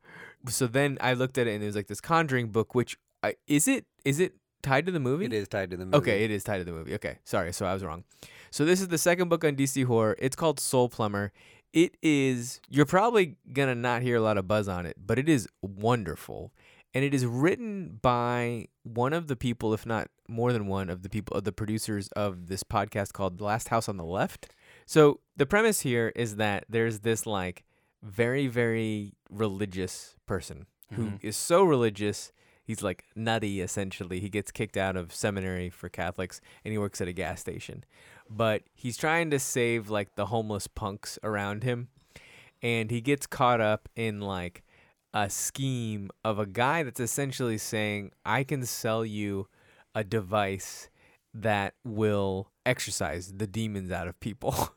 Speaker 2: So then I looked at it and there's like this Conjuring book, which I, is it? Is it tied to the movie?
Speaker 1: It is tied to the movie.
Speaker 2: Okay, it is tied to the movie. Okay, sorry, so I was wrong. So this is the second book on DC horror. It's called Soul Plumber. It is you're probably gonna not hear a lot of buzz on it, but it is wonderful, and it is written by one of the people, if not more than one of the people, of the producers of this podcast called The Last House on the Left. So the premise here is that there's this like very very religious person who is
Speaker 1: Mm-hmm.
Speaker 3: Mhm.
Speaker 2: so religious he's like nutty essentially he gets kicked out of seminary for catholics and he works at a gas station but he's trying to save like the homeless punks around him and he gets caught up in like a scheme of a guy that's essentially saying i can sell you a device that will exorcise the demons out of people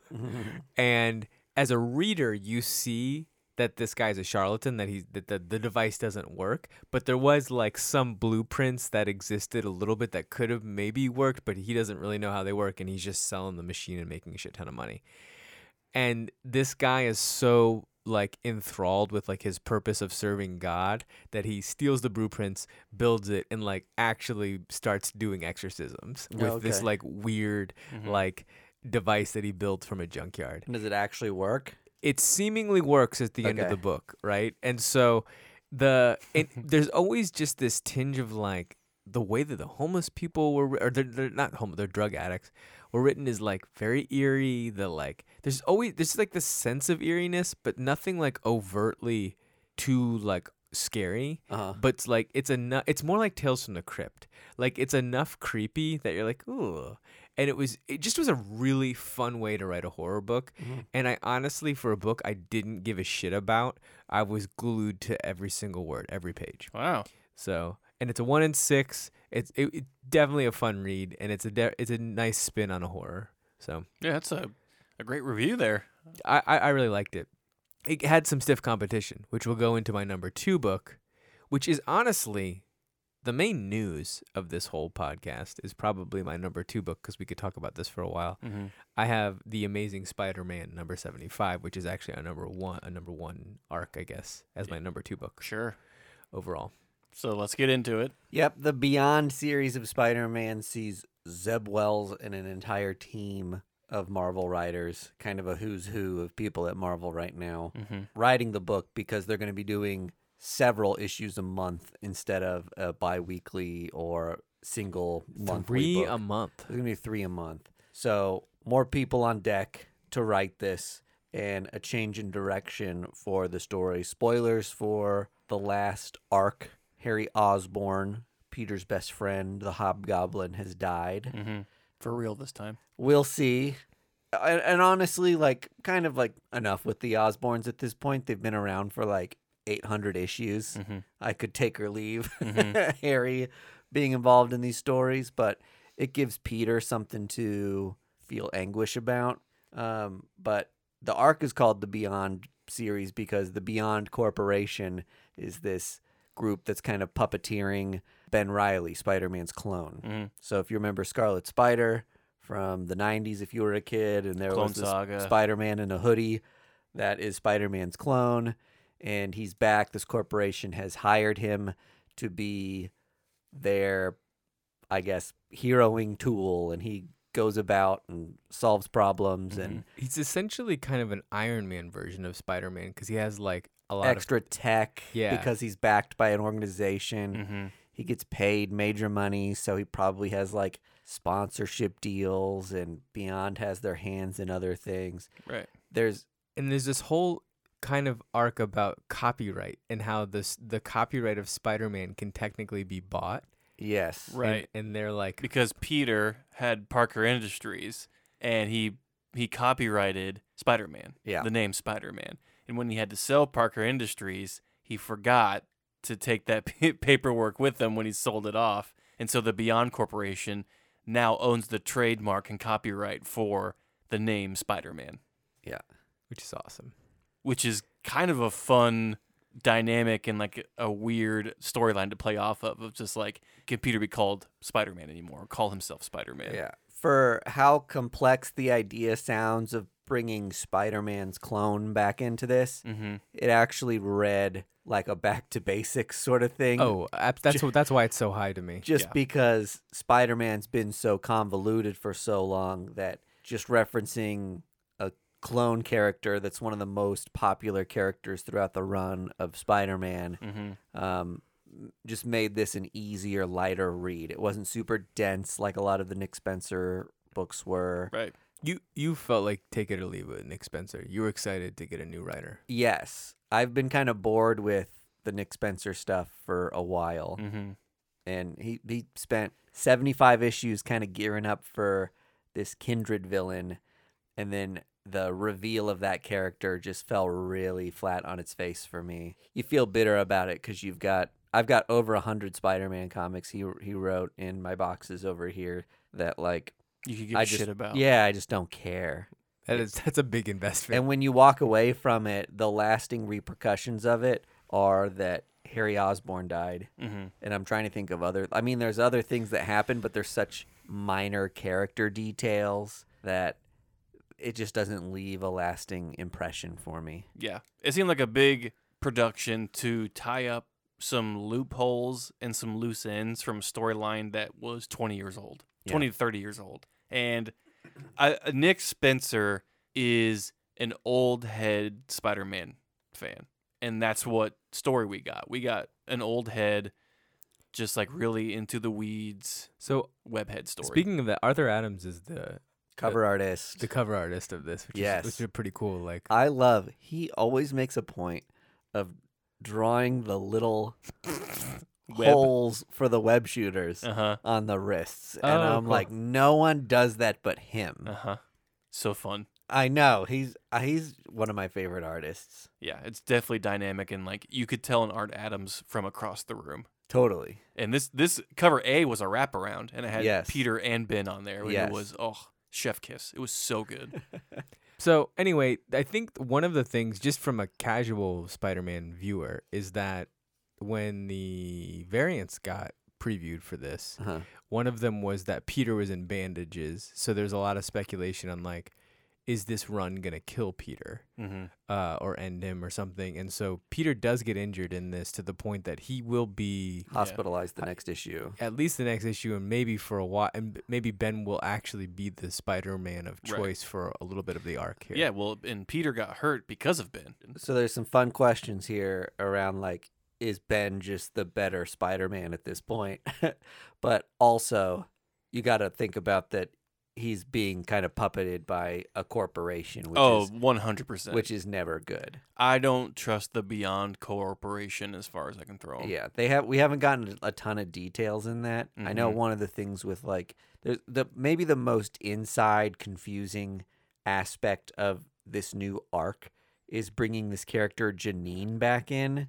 Speaker 2: and as a reader, you see that this guy's a charlatan, that he's that the, the device doesn't work. But there was like some blueprints that existed a little bit that could have maybe worked, but he doesn't really know how they work, and he's just selling the machine and making a shit ton of money. And this guy is so like enthralled with like his purpose of serving God that he steals the blueprints, builds it, and like actually starts doing exorcisms with this
Speaker 1: Okay.
Speaker 2: like weird
Speaker 3: Mhm.
Speaker 2: like device that he built from a junkyard
Speaker 1: Does it actually work?
Speaker 2: it seemingly works at the end of
Speaker 1: Okay.
Speaker 2: the book, right? And so the and there's always just this tinge of like the way that the homeless people were or they're, they're not homeless, they're drug addicts were written is like very eerie. The like there's always there's like this sense of eeriness, but nothing like overtly too like scary.
Speaker 1: Uh-huh.
Speaker 2: But it's like it's enough. It's more like Tales from the Crypt. Like it's enough creepy that you're like ooh. And it was it just was a really fun way to write a horror book. And I honestly, for a book I didn't give a shit about, I was glued to every single word, every page.
Speaker 3: Wow.
Speaker 2: So, and it's a one in six. It's it, it definitely a fun read, and it's a de- it's a nice spin on a horror. So
Speaker 3: Yeah, that's a, a great review there.
Speaker 2: I, I I really liked it. It had some stiff competition, which will go into my number two book, which is honestly the main news of this whole podcast is probably my number two book because we could talk about this for a while.
Speaker 3: Mm-hmm.
Speaker 2: I have the Amazing Spider-Man number seventy-five, which is actually a number one, a number one arc, I guess, as my number two book
Speaker 3: Sure.
Speaker 2: overall.
Speaker 3: So let's get into it.
Speaker 1: Yep, the Beyond series of Spider-Man sees Zeb Wells and an entire team of Marvel writers, kind of a who's who of people at Marvel right now,
Speaker 3: Mm-hmm.
Speaker 1: writing the book because they're going to be doing several issues a month instead of a bi-weekly or single monthly
Speaker 2: Three
Speaker 1: book.
Speaker 2: a month.
Speaker 1: There's gonna be three a month. So more people on deck to write this and a change in direction for the story. Spoilers for the last arc. Harry Osborn, Peter's best friend, the hobgoblin, has died
Speaker 3: Mm-hmm. For real this time.
Speaker 1: we'll see. And, and honestly, like, kind of like enough with the Osbournes at this point. They've been around for like 800 issues.
Speaker 3: Mhm.
Speaker 1: I could take or leave
Speaker 3: Mhm.
Speaker 1: Harry being involved in these stories, but it gives Peter something to feel anguish about. Um, but the arc is called the Beyond series because the Beyond Corporation is this group that's kind of puppeteering Ben Riley, Spider Man's clone.
Speaker 3: Mm-hmm.
Speaker 1: So if you remember Scarlet Spider from the 90s, if you were a kid, and there
Speaker 3: Clone
Speaker 1: was this
Speaker 3: Saga.
Speaker 1: Spider-Man in a hoodie, that is Spider-Man's clone, and he's back. This corporation has hired him to be their, I guess, heroing tool, and he goes about and solves problems and
Speaker 2: He's essentially kind of an Iron Man version of Spider-Man because he has like a lot of
Speaker 1: extra tech
Speaker 2: Yeah.
Speaker 1: because he's backed by an organization.
Speaker 3: Mm-hmm.
Speaker 1: he gets paid major money, so he probably has like sponsorship deals and Beyond has their hands in other things.
Speaker 3: Right.
Speaker 1: There's
Speaker 2: and there's this whole kind of arc about copyright and how this the copyright of Spider-Man can technically be bought.
Speaker 1: yes.
Speaker 2: and-
Speaker 3: Right.
Speaker 2: And, they're like,
Speaker 3: Because Peter had Parker Industries and he he copyrighted Spider Man.
Speaker 1: Yeah.
Speaker 3: The name Spider Man. And when he had to sell Parker Industries, he forgot to take that pa- paperwork with him when he sold it off. And so the Beyond Corporation now owns the trademark and copyright for the name Spider Man,
Speaker 2: which is awesome.
Speaker 3: which is kind of a fun dynamic and like a weird storyline to play off of of just like can Peter be called Spider-Man anymore or call himself Spider-Man.
Speaker 1: Yeah. For how complex the idea sounds of bringing Spider-Man's clone back into this,
Speaker 3: Mhm.
Speaker 1: it actually read like a back to basics sort of thing.
Speaker 2: Oh, ab- that's wh- that's why it's so high to me.
Speaker 1: just
Speaker 3: Yeah.
Speaker 1: because Spider-Man's been so convoluted for so long that just referencing a clone character that's one of the most popular characters throughout the run of Spider-Man
Speaker 3: Mm-hmm.
Speaker 1: um, just made this an easier, lighter read. It wasn't super dense like a lot of the Nick Spencer books were.
Speaker 3: Right.
Speaker 2: You you felt like take it or leave it with Nick Spencer. You were excited to get a new writer.
Speaker 1: Yes, I've been kind of bored with the Nick Spencer stuff for a while.
Speaker 3: Mm-hmm.
Speaker 1: and he, he spent 75 issues kind of gearing up for this kindred villain and then the reveal of that character just fell really flat on its face for me you feel bitter about it because you've got i've got over 100 spider-man comics he, he wrote in my boxes over here that like
Speaker 3: You could give
Speaker 1: i
Speaker 3: a
Speaker 1: just
Speaker 3: shit about.
Speaker 1: yeah i just don't care
Speaker 2: That is that's a big investment.
Speaker 1: And when you walk away from it, the lasting repercussions of it are that Harry Osborne died.
Speaker 3: Mhm.
Speaker 1: And I'm trying to think of other. I mean, there's other things that happen, but there's such minor character details that it just doesn't leave a lasting impression for me.
Speaker 3: Yeah. It seemed like a big production to tie up some loopholes and some loose ends from a storyline that was 20 years old,
Speaker 1: Yeah.
Speaker 3: 20 to 30 years old. And I, uh, Nick Spencer is an old head Spider Man fan. And that's what story we got. We got an old head, just like really into the weeds,
Speaker 2: so
Speaker 3: webhead story.
Speaker 2: speaking of that, Arthur Adams is the
Speaker 1: Cover artist.
Speaker 2: the cover artist of this, which
Speaker 1: Yes.
Speaker 2: is which is pretty cool. Like
Speaker 1: I love. He always makes a point of drawing the little
Speaker 3: Web.
Speaker 1: holes for the web shooters
Speaker 3: Uh huh.
Speaker 1: on the wrists, and
Speaker 2: Oh,
Speaker 1: I'm
Speaker 2: cool.
Speaker 1: like, no one does that but him.
Speaker 3: Uh huh. So fun.
Speaker 1: I know he's uh, he's one of my favorite artists.
Speaker 3: Yeah, it's definitely dynamic and like you could tell an Art Adams from across the room.
Speaker 1: Totally.
Speaker 3: And this this cover A was a wraparound and it had
Speaker 1: Yes.
Speaker 3: Peter and Ben on there.
Speaker 1: Yes.
Speaker 3: It was oh chef kiss. It was so good.
Speaker 2: so. Anyway, I think one of the things, just from a casual Spider-Man viewer, is that when the variants got previewed for this,
Speaker 1: Uh-huh.
Speaker 2: one of them was that Peter was in bandages. So there's a lot of speculation on like, is this run gonna kill Peter?
Speaker 3: mm-hmm.
Speaker 2: uh, or end him or something. And so Peter does get injured in this to the point that he will be
Speaker 1: Hospitalized the next issue.
Speaker 2: at least the next issue and maybe for a while. And b- maybe Ben will actually be the Spider Man of
Speaker 3: Right.
Speaker 2: choice for a little bit of the arc here.
Speaker 3: Yeah, well, and Peter got hurt because of Ben.
Speaker 1: So there's some fun questions here around like is Ben just the better Spider-Man at this point? but also you got to think about that he's being kind of puppeted by a corporation which
Speaker 3: Oh,
Speaker 1: is
Speaker 3: 100%.
Speaker 1: which is never good.
Speaker 3: I don't trust the Beyond Corporation as far as I can
Speaker 2: Oh.
Speaker 3: throw 'em.
Speaker 1: Yeah, they have. We haven't gotten a ton of details in that. I know
Speaker 3: Mhm.
Speaker 2: Mm-hmm.
Speaker 1: one of the things with like there's the maybe the most inside confusing aspect of this new arc is bringing this character Janine back in,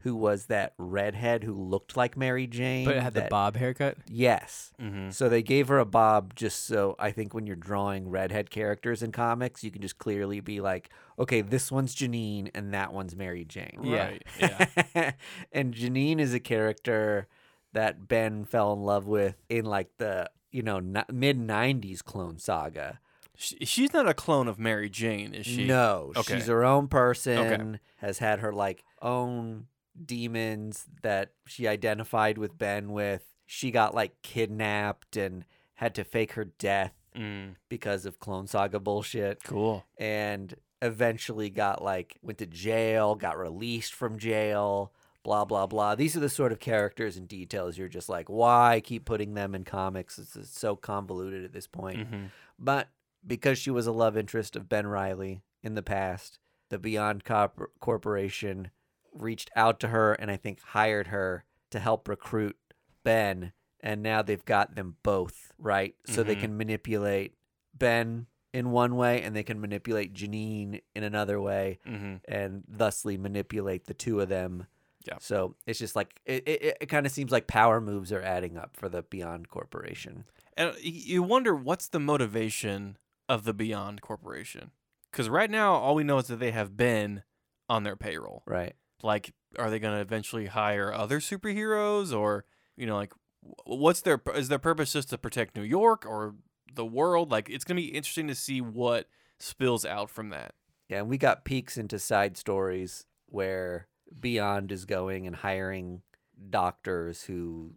Speaker 1: who was that redhead who looked like Mary Jane,
Speaker 2: But it had the
Speaker 1: that-
Speaker 2: bob Mm-hmm. haircut.
Speaker 1: Yes.
Speaker 3: Mhm.
Speaker 1: So they gave her a bob just so I think when you're drawing redhead characters in comics, you can just clearly be like, okay, this one's Janine and that one's Mary Jane.
Speaker 2: Yeah.
Speaker 3: Right. Yeah.
Speaker 1: and Janine is a character that Ben fell in love with in like the you know mid '90s Clone Saga.
Speaker 3: she, she's not a clone of Mary Jane, is she?
Speaker 1: no,
Speaker 3: Okay.
Speaker 1: she's her own person. Has had her like own demons that she identified with Ben with. She got like kidnapped and had to fake her death
Speaker 3: Mm,
Speaker 1: because of Clone Saga bullshit
Speaker 3: cool.
Speaker 1: and eventually got like went to jail, got released from jail, blah blah blah. These are the sort of characters and details you're just like, why keep putting them in comics? It's, it's so convoluted at this point.
Speaker 3: hmm
Speaker 1: But because she was a love interest of Ben Riley in the past, the Beyond Cop- Corporation reached out to her and I think hired her to help recruit Ben. And now they've got them both, right? So they
Speaker 3: Mhm.
Speaker 1: can manipulate Ben in one way and they can manipulate Janine in another way
Speaker 3: hmm
Speaker 1: and thusly manipulate the two of them.
Speaker 3: Yeah.
Speaker 1: So it's just like, it, it, it kind of seems like power moves are adding up for the Beyond Corporation.
Speaker 3: And y- you wonder what's the motivation of the Beyond Corporation? Because right now, all we know is that they have Ben on their payroll.
Speaker 1: Right.
Speaker 3: Like, are they going to eventually hire other superheroes, or you know, like, wh- what's their pur- is their purpose just to protect New York or the world? Like, it's going to be interesting to see what spills out from that.
Speaker 1: Yeah, and we got peeks into side stories where Beyond is going and hiring doctors who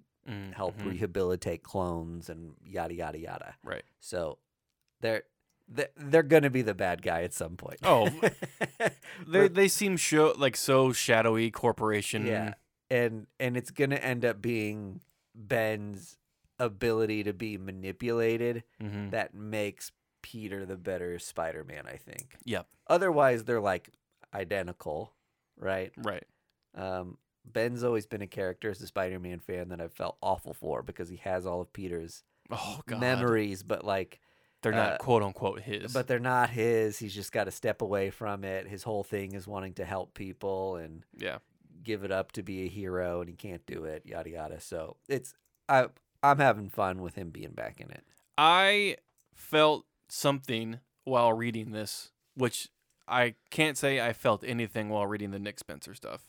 Speaker 1: help
Speaker 3: Mhm.
Speaker 1: rehabilitate clones and yada yada yada.
Speaker 3: Right.
Speaker 1: So they're they're, they're going to be the bad guy at some point.
Speaker 3: Oh. They they seem show like so shadowy corporation.
Speaker 1: yeah. And and it's going to end up being Ben's ability to be manipulated
Speaker 3: hmm
Speaker 1: that makes Peter the better Spider-Man, I think.
Speaker 3: Yep.
Speaker 1: Otherwise they're like identical, right?
Speaker 3: Right.
Speaker 1: Um, Ben's always been a character as a Spider-Man fan that I've felt awful for because he has all of Peter's
Speaker 3: Oh God.
Speaker 1: memories, but like,
Speaker 3: They're not
Speaker 1: uh,
Speaker 3: quote unquote his.
Speaker 1: but they're not his. He's just got to step away from it. His whole thing is wanting to help people and
Speaker 3: yeah.
Speaker 1: give it up to be a hero, and he can't do it. Yada yada. So it's I I'm having fun with him being back in it.
Speaker 3: I felt something while reading this, which I can't say I felt anything while reading the Nick Spencer stuff.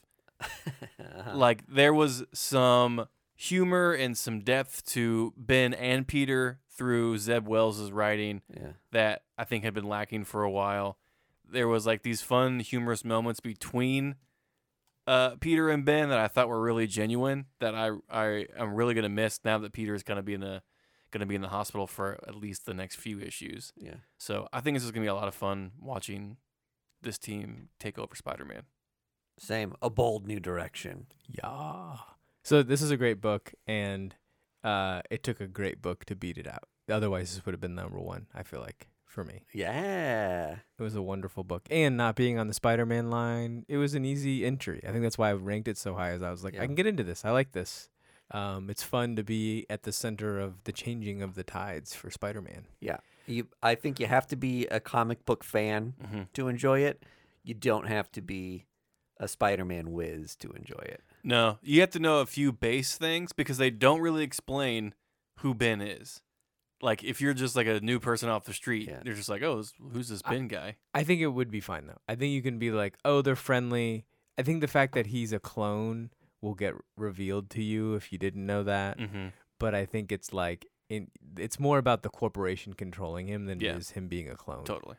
Speaker 3: Like there was some humor and some depth to Ben and Peter through Zeb Wells' writing
Speaker 1: yeah.
Speaker 3: that I think had been lacking for a while. There was like these fun, humorous moments between uh, Peter and Ben that I thought were really genuine. That I I am really gonna miss now that Peter is gonna be in the gonna be in the hospital for at least the next few issues.
Speaker 1: Yeah.
Speaker 3: So I think this is gonna be a lot of fun watching this team take over Spider Man.
Speaker 1: Same. A bold new direction.
Speaker 2: Yeah. So this is a great book, and uh, it took a great book to beat it out. Otherwise, this would have been number one. I feel like for me,
Speaker 1: Yeah.
Speaker 2: it was a wonderful book, and not being on the Spider-Man line, it was an easy entry. I think that's why I ranked it so high. As I was like,
Speaker 1: Yeah.
Speaker 2: I can get into this. I like this. Um, it's fun to be at the center of the changing of the tides for Spider-Man.
Speaker 1: Yeah. You I think you have to be a comic book fan
Speaker 3: Mhm.
Speaker 1: to enjoy it. You don't have to be a Spider-Man whiz to enjoy it.
Speaker 3: No, you have to know a few base things because they don't really explain who Ben is. Like if you're just like a new person off the street,
Speaker 1: Yeah.
Speaker 3: they're just like, oh, this- who's this Ben guy?
Speaker 2: I think it would be fine though. I think you can be like, oh, they're friendly. I think the fact that he's a clone will get revealed to you if you didn't know that.
Speaker 3: Mm-hmm.
Speaker 2: But I think it's like in, it's more about the corporation controlling him than
Speaker 3: Yeah.
Speaker 2: it is him being a clone.
Speaker 3: Totally.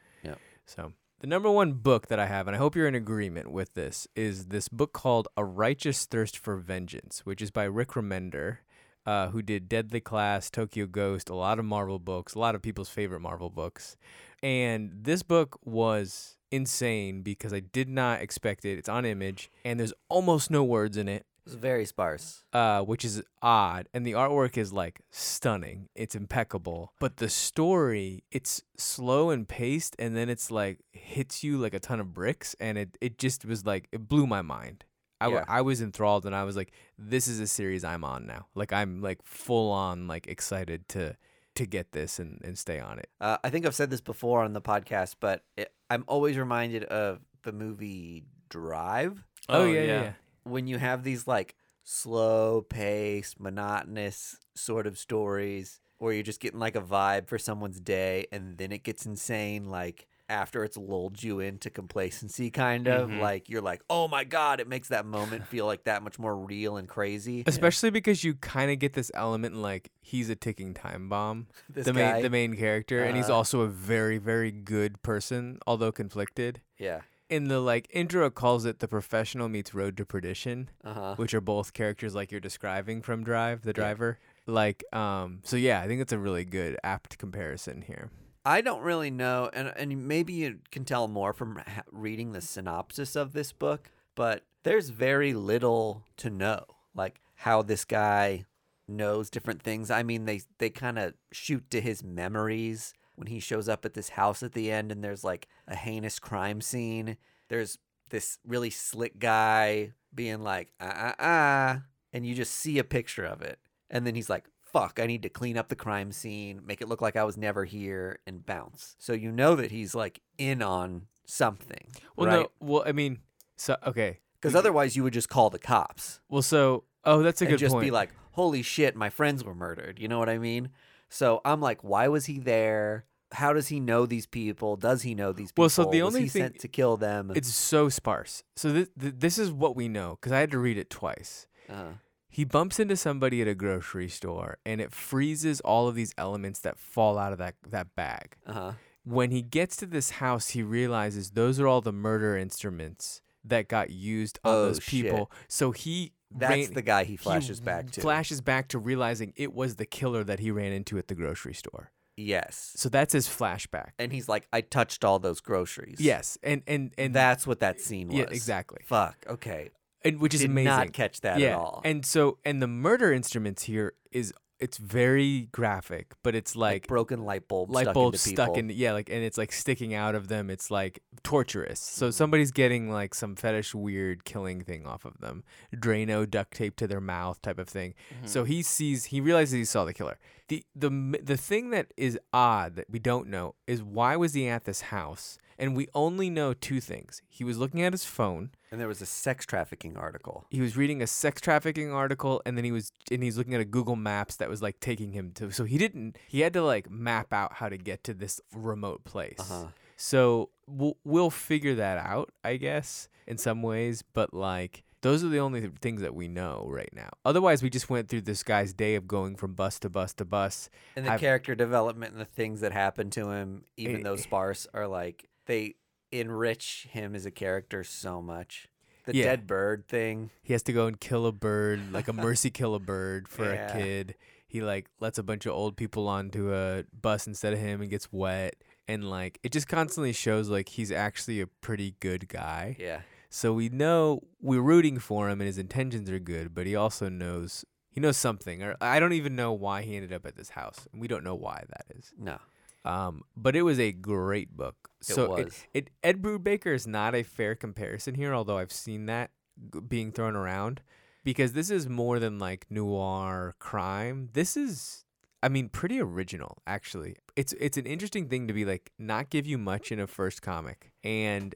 Speaker 2: So the number one book that I have, and I hope you're in agreement with this, is this book called A Righteous Thirst for Vengeance, which is by Rick Remender, uh, who did Deadly Class, Tokyo Ghost, a lot of Marvel books, a lot of people's favorite Marvel books. And this book was insane because I did not expect it. It's on image, and there's almost no words in it
Speaker 1: It's very sparse.
Speaker 2: uh, which is odd. And the artwork is like stunning. It's impeccable. But the story, it's slow and paced, and then it's like hits you like a ton of bricks, and it it just was like it blew my mind. I, w-
Speaker 1: Yeah.
Speaker 2: I was enthralled and I was like, this is a series I'm on now. Like I'm like full on like excited to to get this and, and stay on it.
Speaker 1: Uh, I think I've said this before on the podcast, but it, I'm always reminded of the movie Drive
Speaker 2: Oh,
Speaker 3: Oh,
Speaker 1: when you have these like slow paced, monotonous sort of stories where you're just getting like a vibe for someone's day and then it gets insane like after it's lulled you into complacency kind of
Speaker 3: Mhm.
Speaker 1: like you're like oh my god it makes that moment feel like that much more real and crazy
Speaker 2: Especially because you kind of get this element like he's a ticking time bomb.
Speaker 1: this
Speaker 2: the
Speaker 1: guy
Speaker 2: main the main character, and he's
Speaker 1: Uh-huh.
Speaker 2: also a very very good person, although conflicted.
Speaker 1: yeah
Speaker 2: In the like intro, it calls it the professional meets Road to Perdition,
Speaker 1: uh-huh
Speaker 2: which are both characters like you're describing from Drive, the
Speaker 1: Yeah.
Speaker 2: driver. Like, um, so yeah, I think it's a really good apt comparison here.
Speaker 1: I don't really know, and and maybe you can tell more from ha- reading the synopsis of this book, but there's very little to know, like how this guy knows different things. I mean, they they kind of shoot to his memories when he shows up at this house at the end, and there's like a heinous crime scene. There's this really slick guy being like, ah ah ah, and you just see a picture of it, and then he's like, fuck, I need to clean up the crime scene, make it look like I was never here, and bounce. So you know that he's like in on something.
Speaker 2: Well,
Speaker 1: right?
Speaker 2: no, well, I mean, so okay,
Speaker 1: Because otherwise you would just call the cops
Speaker 2: well, so oh, Mm-hmm. that's a
Speaker 1: and
Speaker 2: good
Speaker 1: just
Speaker 2: point.
Speaker 1: be like, holy shit, my friends were murdered. You know what I mean? So I'm like, why was he there? How does he know these people? Does he know these people?
Speaker 2: Well, so the
Speaker 1: was
Speaker 2: only
Speaker 1: he
Speaker 2: thing-
Speaker 1: sent to kill them?
Speaker 2: it's so sparse. So th- th- this is what we know because I had to read it twice.
Speaker 1: uh,
Speaker 2: He bumps into somebody at a grocery store and it freezes all of these elements that fall out of that, that bag.
Speaker 1: uh-huh.
Speaker 2: When he gets to this house, he realizes those are all the murder instruments that got used on
Speaker 1: Oh,
Speaker 2: those
Speaker 1: shit.
Speaker 2: people. So he
Speaker 1: That's
Speaker 2: ran-
Speaker 1: the guy he
Speaker 2: he
Speaker 1: flashes back to.
Speaker 2: Flashes back to realizing it was the killer that he ran into at the grocery store.
Speaker 1: yes.
Speaker 2: So that's his flashback.
Speaker 1: And he's like, I touched all those groceries.
Speaker 2: Yes, and and and
Speaker 1: That's what that scene was.
Speaker 2: yeah, exactly.
Speaker 1: Fuck. Okay.
Speaker 2: And which is
Speaker 1: Did
Speaker 2: amazing.
Speaker 1: not catch that
Speaker 2: yeah.
Speaker 1: at all.
Speaker 2: And so and the murder instruments here is it's very graphic, but it's like
Speaker 1: broken light bulb
Speaker 2: light
Speaker 1: stuck
Speaker 2: bulbs
Speaker 1: into
Speaker 2: stuck
Speaker 1: people.
Speaker 2: in yeah like and it's like sticking out of them it's like torturous
Speaker 1: Mm-hmm.
Speaker 2: so somebody's getting like some fetish weird killing thing off of them drano duct tape to their mouth type of thing
Speaker 1: Mm-hmm.
Speaker 2: so he sees he realizes he saw the killer the the m- the thing that is odd that we don't know is why was he at this house and we only know two things. He was looking at his phone.
Speaker 1: And there was a sex trafficking article.
Speaker 2: He was reading a sex trafficking article, and then he was and he's looking at a Google Maps that was like taking him to. So he didn't. He had to like map out how to get to this remote place.
Speaker 1: Uh-huh.
Speaker 2: So we'll, we'll figure that out, I guess, in some ways. But like, those are the only th- things that we know right now. Otherwise, we just went through this guy's day of going from bus to bus to bus.
Speaker 1: And the
Speaker 2: I've-
Speaker 1: character development and the things that happen to him, even
Speaker 2: Eh,
Speaker 1: though
Speaker 2: eh.
Speaker 1: sparse, are like they enrich him as a character so much. The
Speaker 2: Yeah.
Speaker 1: dead bird thing.
Speaker 2: He has to go and kill a bird, like a mercy kill a bird for
Speaker 1: Yeah.
Speaker 2: a kid. He like lets a bunch of old people onto a bus instead of him and gets wet. And like, it just constantly shows like he's actually a pretty good guy.
Speaker 1: Yeah.
Speaker 2: So we know we're rooting for him and his intentions are good, but he also knows he knows something. Or I don't even know why he ended up at this house. And we don't know why that is.
Speaker 1: No.
Speaker 2: Um, but it was a great book.
Speaker 1: It
Speaker 2: so
Speaker 1: was.
Speaker 2: It, Ed Brubaker is not a fair comparison here, although I've seen that g- being thrown around because this is more than like noir crime. This is, I mean, pretty original actually. It's it's an interesting thing to be like not give you much in a first comic and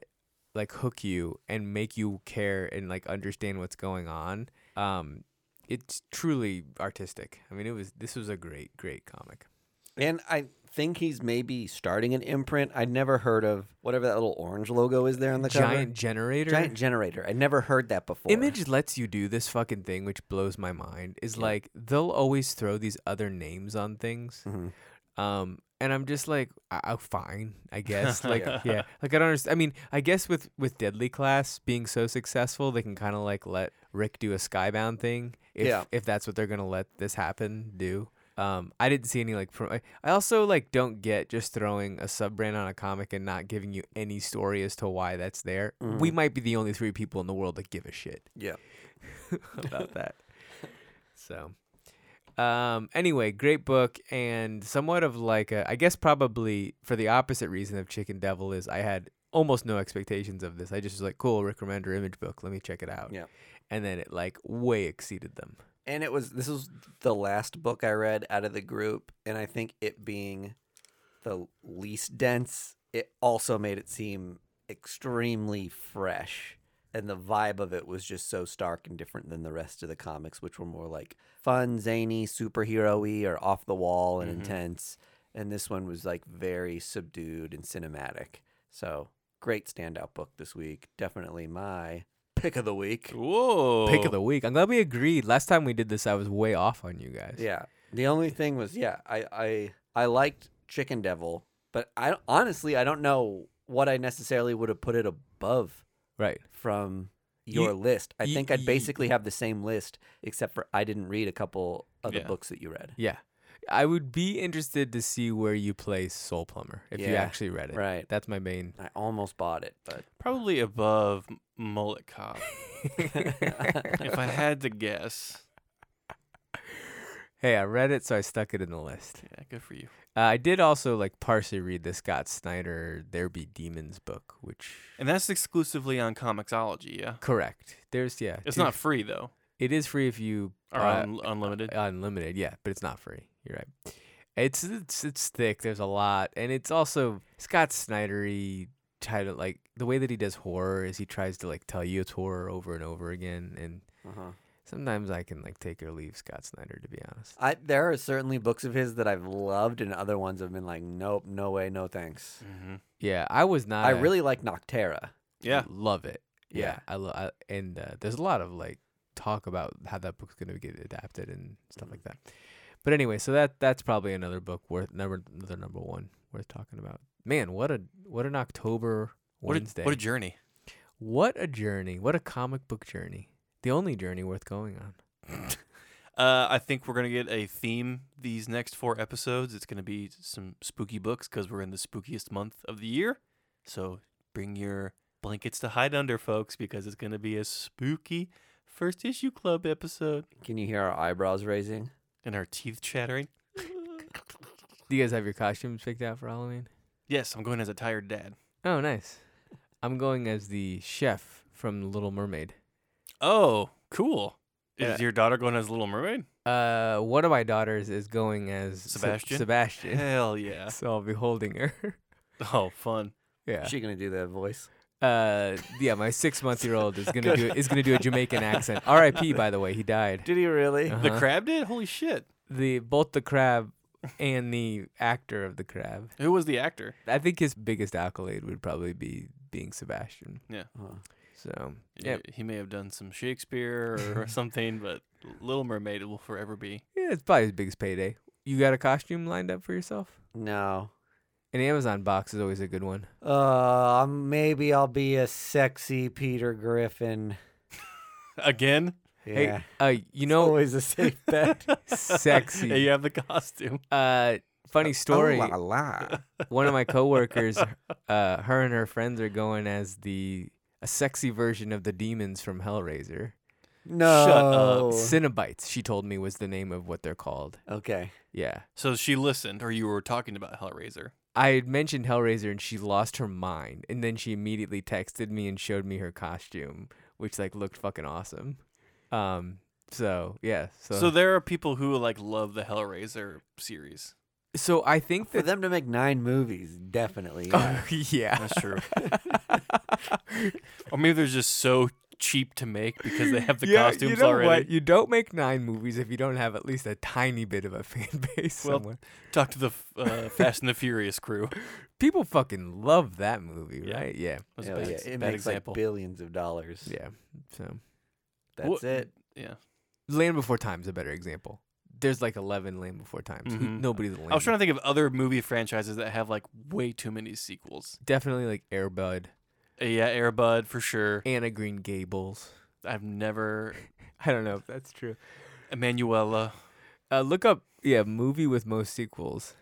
Speaker 2: like hook you and make you care and like understand what's going on. Um, it's truly artistic. I mean, it was this was a great great comic.
Speaker 1: And I think he's maybe starting an imprint. I'd never heard of whatever that little orange logo is there on the
Speaker 2: Giant generator.
Speaker 1: cover. Giant generator. I'd never heard that before.
Speaker 2: Image lets you do this fucking thing, which blows my mind. Is like they'll always throw these other names on things,
Speaker 1: Mhm.
Speaker 2: um, and I'm just like, I- I- fine, I guess. Like, yeah, like I don't understand. I mean, I guess with with Deadly Class being so successful, they can kind of like let Rick do a Skybound thing, if
Speaker 1: Yeah.
Speaker 2: if that's what they're gonna let this happen do. Um, I didn't see any like. Pro- I- I also like don't get just throwing a sub brand on a comic and not giving you any story as to why that's there.
Speaker 1: Mm-hmm.
Speaker 2: We might be the only three people in the world that give a shit
Speaker 1: Yeah.
Speaker 2: about that. So, um, anyway, great book and somewhat of like a, I guess probably for the opposite reason of Chicken Devil is I had almost no expectations of this. I just was like, cool, Rick Remender image book. Let me check it out.
Speaker 1: Yeah.
Speaker 2: And then it like way exceeded them.
Speaker 1: and it was this was the last book I read out of the group, and I think it being the least dense, it also made it seem extremely fresh. And the vibe of it was just so stark and different than the rest of the comics, which were more like fun, zany, superhero y, or off the wall and
Speaker 3: Mhm.
Speaker 1: intense. And this one was like very subdued and cinematic. So, great standout book this week. Definitely my pick of the week.
Speaker 3: Whoa.
Speaker 1: Oh.
Speaker 2: Pick of the week. I'm glad we agreed. Last time we did this, I was way off on you guys.
Speaker 1: Yeah. The only thing was, yeah, I I, I liked Chicken Devil, but I don't- honestly I don't know what I necessarily would have put it above
Speaker 2: Right.
Speaker 1: from your
Speaker 2: You-
Speaker 1: list. I
Speaker 2: you-
Speaker 1: think I'd
Speaker 2: you-
Speaker 1: basically have the same list, except for I didn't read a couple of the
Speaker 3: Yeah.
Speaker 1: books that you read.
Speaker 2: Yeah. I would be interested to see where you place Soul Plumber if you
Speaker 1: Yeah.
Speaker 2: actually read it.
Speaker 1: Right.
Speaker 2: That's my main
Speaker 1: I almost bought it, but
Speaker 3: Probably above M- Mullet Cop, if I had to guess.
Speaker 2: hey, I read it, so I stuck it in the list.
Speaker 3: Yeah, good for you.
Speaker 2: Uh, I did also like partially read the Scott Snyder "There Be Demons" book, which
Speaker 3: And that's exclusively on Comixology, yeah?
Speaker 2: correct. There's yeah,
Speaker 3: It's
Speaker 2: two-
Speaker 3: not free, though,
Speaker 2: It is free if you
Speaker 3: or
Speaker 2: uh,
Speaker 3: un- unlimited.
Speaker 2: unlimited. Yeah, but it's not free. You're right. It's it's it's thick. There's a lot, and it's also Scott Snydery title. Like the way that he does horror is he tries to like tell you it's horror over and over again, and
Speaker 1: uh
Speaker 2: sometimes I can like take or leave Scott Snyder to be honest.
Speaker 1: I there are certainly books of his that I've loved, and other ones have been like, nope, no way, no thanks.
Speaker 3: hmm
Speaker 2: Yeah, I was not.
Speaker 1: I
Speaker 2: a-
Speaker 1: really like Noctera.
Speaker 3: Yeah.
Speaker 2: love it. Yeah,
Speaker 1: Yeah.
Speaker 2: I love. And uh, there's a lot of like talk about how that book's going to get adapted and stuff like
Speaker 3: Mm-hmm.
Speaker 2: that. But anyway, so that that's probably another book worth number another number one worth talking about. Man, what a what an October
Speaker 3: What
Speaker 2: Wednesday.
Speaker 3: a, what a journey.
Speaker 2: what a journey. What a comic book journey. The only journey worth going on.
Speaker 3: Uh, I think we're gonna get a theme these next four episodes. It's gonna be some spooky books because we're in the spookiest month of the year. So bring your blankets to hide under, folks, because it's gonna be a spooky first issue club episode
Speaker 1: Can you hear our eyebrows raising?
Speaker 3: and our teeth chattering.
Speaker 2: Do you guys have your costumes picked out for Halloween?
Speaker 3: yes, I'm going as a tired dad.
Speaker 2: Oh, nice. I'm going as the chef from The Little Mermaid.
Speaker 3: Oh, cool. Is
Speaker 2: Yeah.
Speaker 3: your daughter going as Little Mermaid?
Speaker 2: Uh, one of my daughters is going as Seb-
Speaker 3: Sebastian?
Speaker 2: Sebastian.
Speaker 3: Hell yeah.
Speaker 2: so I'll be holding her.
Speaker 3: Oh, fun.
Speaker 2: Yeah.
Speaker 1: Is she gonna do that voice?
Speaker 2: Uh, yeah. My six month year old is gonna do is gonna do a Jamaican accent. R.I.P. By the way, he died.
Speaker 1: Did he really?
Speaker 2: Uh-huh.
Speaker 3: The crab did? Holy shit.
Speaker 2: The both the crab and the actor of the crab.
Speaker 3: Who was the actor?
Speaker 2: I think his biggest accolade would probably be being Sebastian.
Speaker 1: Huh.
Speaker 2: So yeah,
Speaker 3: He, he may have done some Shakespeare or something, but Little Mermaid will forever be.
Speaker 2: yeah, it's probably his biggest payday. You got a costume lined up for yourself?
Speaker 1: No.
Speaker 2: An Amazon box is always a good one.
Speaker 1: Uh, maybe I'll be a sexy Peter Griffin.
Speaker 3: Again?
Speaker 1: Yeah.
Speaker 2: Hey, uh, you know,
Speaker 1: always a safe bet.
Speaker 2: sexy.
Speaker 3: you have the costume.
Speaker 2: Uh, funny story.
Speaker 1: Oh, la, la.
Speaker 2: One of my coworkers, uh, her and her friends are going as the a sexy version of the demons from Hellraiser.
Speaker 1: No. Oh.
Speaker 3: up.
Speaker 2: Cinnabites, she told me, was the name of what they're called.
Speaker 1: Okay.
Speaker 2: Yeah,
Speaker 3: So she listened, or you were talking about Hellraiser.
Speaker 2: I had mentioned Hellraiser, and she lost her mind, and then she immediately texted me and showed me her costume, which like looked fucking awesome. Um, so yeah, so
Speaker 3: So there are people who like love the Hellraiser series.
Speaker 2: so I think
Speaker 1: For
Speaker 2: that
Speaker 1: them to make nine movies, definitely. yeah.
Speaker 2: yeah,
Speaker 3: That's true. or maybe they're just so cheap to make because they have the
Speaker 2: Yeah,
Speaker 3: costumes
Speaker 2: you know
Speaker 3: already.
Speaker 2: What? You don't make nine movies if you don't have at least a tiny bit of a fan base
Speaker 3: Well-
Speaker 2: somewhere.
Speaker 3: Talk to the f- uh, Fast and the Furious crew.
Speaker 2: People fucking love that movie,
Speaker 3: Yeah.
Speaker 2: right? Yeah,
Speaker 3: Was a
Speaker 1: Hell
Speaker 3: bad,
Speaker 1: yeah. It
Speaker 3: bad
Speaker 1: makes
Speaker 3: example.
Speaker 1: like billions of dollars.
Speaker 2: yeah. So,
Speaker 1: That's
Speaker 3: Wha-
Speaker 1: it.
Speaker 3: Yeah.
Speaker 2: Land Before Time's a better example. There's like eleven Land Before Times. Who-
Speaker 3: Mhm.
Speaker 2: Nobody's a Land.
Speaker 3: I was trying to think of other movie franchises that have like way too many sequels.
Speaker 2: Definitely like Airbud,
Speaker 3: Uh, Yeah, Airbud for sure.
Speaker 2: Anna Green Gables.
Speaker 3: I've never
Speaker 2: I don't know if that's true.
Speaker 3: Emanuela.
Speaker 2: Uh, look up yeah movie with most sequels.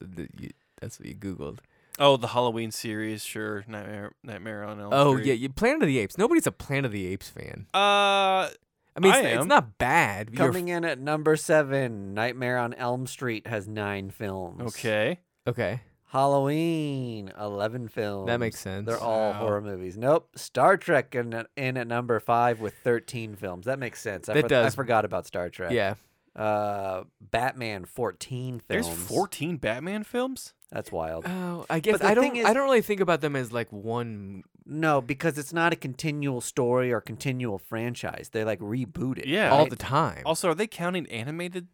Speaker 2: So that you, that's what you googled.
Speaker 3: Oh, the Halloween series, sure. Nightmare Nightmare on Elm
Speaker 2: Oh yeah,
Speaker 3: Street.
Speaker 2: you Planet of the Apes. Nobody's a Planet of the Apes fan.
Speaker 3: yeah. Uh
Speaker 2: I mean,
Speaker 3: I
Speaker 2: it's, it's
Speaker 3: am.
Speaker 2: not bad. You're
Speaker 1: Coming in at number seven, Nightmare on Elm Street has nine films.
Speaker 3: okay.
Speaker 2: okay.
Speaker 1: Halloween, 11 films.
Speaker 2: That makes sense.
Speaker 1: They're all
Speaker 3: Wow.
Speaker 1: horror movies. Nope. Star Trek in at, in at number five with 13 films. That makes sense. I,
Speaker 2: That
Speaker 1: for-
Speaker 2: does.
Speaker 1: I forgot about Star Trek.
Speaker 2: Yeah.
Speaker 1: Uh, Batman, 14 films.
Speaker 3: There's 14 Batman films?
Speaker 1: That's wild.
Speaker 2: Oh, I guess
Speaker 1: the
Speaker 2: I
Speaker 1: thing
Speaker 2: don't.
Speaker 1: is-
Speaker 2: I don't really think about them as like one.
Speaker 1: No, because it's not a continual story or continual franchise. They like reboot it.
Speaker 3: Yeah.
Speaker 1: right?
Speaker 2: all the time.
Speaker 3: Also, are they counting animated?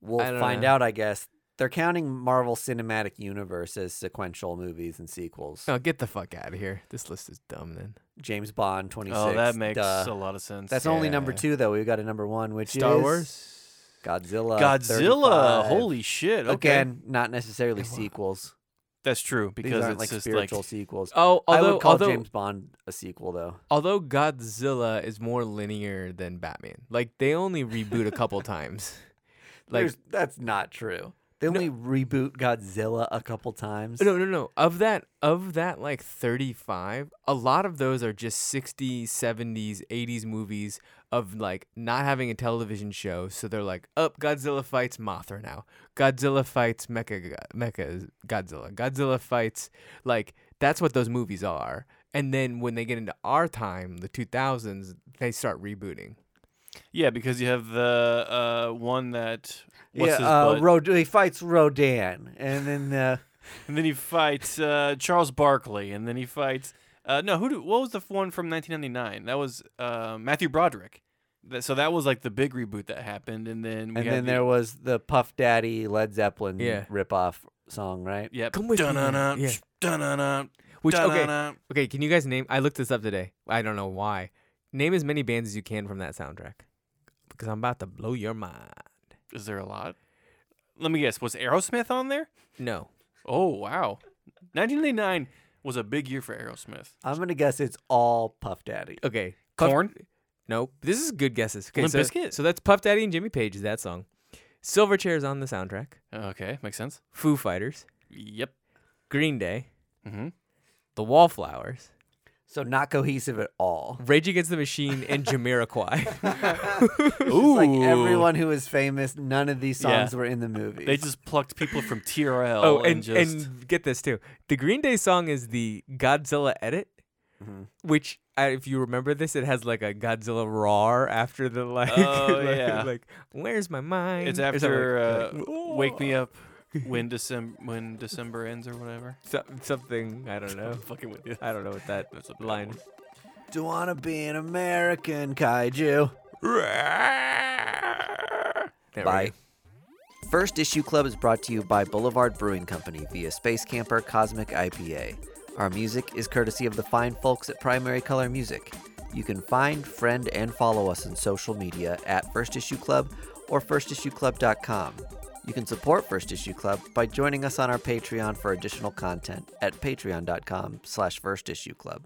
Speaker 1: We'll
Speaker 2: I don't
Speaker 1: find
Speaker 2: know.
Speaker 1: out, I guess. They're counting Marvel Cinematic Universe as sequential movies and sequels.
Speaker 2: no, Oh, get the fuck out of here. This list is dumb. Then
Speaker 1: James Bond, 26.
Speaker 3: Oh, that makes
Speaker 1: duh.
Speaker 3: a lot of sense.
Speaker 1: That's only number
Speaker 2: Yeah.
Speaker 1: two, though. We've got a number one, which
Speaker 2: Star
Speaker 1: is
Speaker 2: Wars.
Speaker 1: Godzilla.
Speaker 3: Godzilla.
Speaker 1: 35.
Speaker 3: Holy shit. Okay.
Speaker 1: uh, Again, not necessarily
Speaker 2: Wow.
Speaker 1: sequels.
Speaker 3: That's true
Speaker 1: These
Speaker 3: because
Speaker 1: aren't
Speaker 3: it's
Speaker 1: like
Speaker 3: just
Speaker 1: spiritual
Speaker 3: like
Speaker 1: sequels.
Speaker 2: Oh,
Speaker 1: I
Speaker 2: although
Speaker 1: would call
Speaker 2: although
Speaker 1: James Bond a sequel, though.
Speaker 2: although Godzilla is more linear than Batman. Like they only reboot a couple times. Like
Speaker 1: There's- that's not true. They only reboot Godzilla a couple times.
Speaker 2: Uh, no no no of that of that like 35 a lot of those are just 60s 70s 80s movies of like not having a television show so they're like up godzilla fights mothra now godzilla fights mecha mecha godzilla godzilla fights like that's what those movies are and then when they get into our time the 2000s they start rebooting
Speaker 3: yeah, because you have the uh, one that what's
Speaker 1: yeah,
Speaker 3: his
Speaker 1: uh,
Speaker 3: butt?
Speaker 1: Rod- he fights Rodan, and then uh,
Speaker 3: and then he fights uh, Charles Barkley, and then he fights uh, no who do, what was the f- one from 1999? That was uh, Matthew Broderick. That, so that was like the big reboot that happened, and then we
Speaker 1: and
Speaker 3: had
Speaker 1: then
Speaker 3: the,
Speaker 1: there was the Puff Daddy Led Zeppelin
Speaker 2: Yeah.
Speaker 1: ripoff song, right?
Speaker 3: yep.
Speaker 2: Come with me,
Speaker 3: Dun-dun-dun,
Speaker 2: yeah.
Speaker 3: psh, dun-dun-dun,
Speaker 2: which okay
Speaker 3: dun-dun-dun.
Speaker 2: okay can you guys name i looked this up today i don't know why name as many bands as you can from that soundtrack because i'm about to blow your mind
Speaker 3: Is there a lot? Let me guess. Was Aerosmith on there?
Speaker 2: No.
Speaker 3: Oh wow, 1999 was a big year for Aerosmith.
Speaker 1: I'm gonna guess it's all Puff Daddy.
Speaker 2: Okay. Puff-
Speaker 3: Corn.
Speaker 2: Nope. This is good guesses. Okay,
Speaker 3: Limp
Speaker 2: so,
Speaker 3: Bizkit?
Speaker 2: so that's Puff Daddy and Jimmy Page is that song. Silverchair's on the soundtrack.
Speaker 3: Okay, makes sense.
Speaker 2: Foo Fighters,
Speaker 3: Yep.
Speaker 2: Green Day,
Speaker 3: Mm-hmm.
Speaker 2: The Wallflowers,
Speaker 1: So not cohesive at all.
Speaker 2: Rage Against the Machine, and Jamiroquai.
Speaker 1: It's like
Speaker 3: Ooh.
Speaker 1: everyone who is famous, none of these
Speaker 3: Yeah.
Speaker 1: songs were in the movie.
Speaker 3: They just plucked people from TRL.
Speaker 2: oh, and
Speaker 3: just...
Speaker 2: and get this too. The Green Day song is the Godzilla edit,
Speaker 3: Mm-hmm.
Speaker 1: Mhm.
Speaker 2: which uh, if you remember this, it has like a Godzilla roar after the like,
Speaker 3: Oh,
Speaker 2: like,
Speaker 3: yeah.
Speaker 2: like, where's my mind?
Speaker 3: It's
Speaker 2: or something
Speaker 3: after
Speaker 2: like-
Speaker 3: uh, Wake Me Up when December when December ends or whatever.
Speaker 2: So- something I don't
Speaker 3: I'm
Speaker 2: know.
Speaker 3: fucking with you.
Speaker 2: I don't know what that
Speaker 3: That's a bad
Speaker 2: line.
Speaker 3: one.
Speaker 1: Do wanna be an American kaiju?
Speaker 2: There we
Speaker 1: Bye.
Speaker 2: go.
Speaker 1: First Issue Club is brought to you by Boulevard Brewing Company via Space Camper Cosmic IPA. Our music is courtesy of the fine folks at Primary Color Music. You can find, friend, and follow us on social media at First Issue Club or FirstIssueClub.com. You can support First Issue Club by joining us on our Patreon for additional content at patreon.com slash First Issue Club.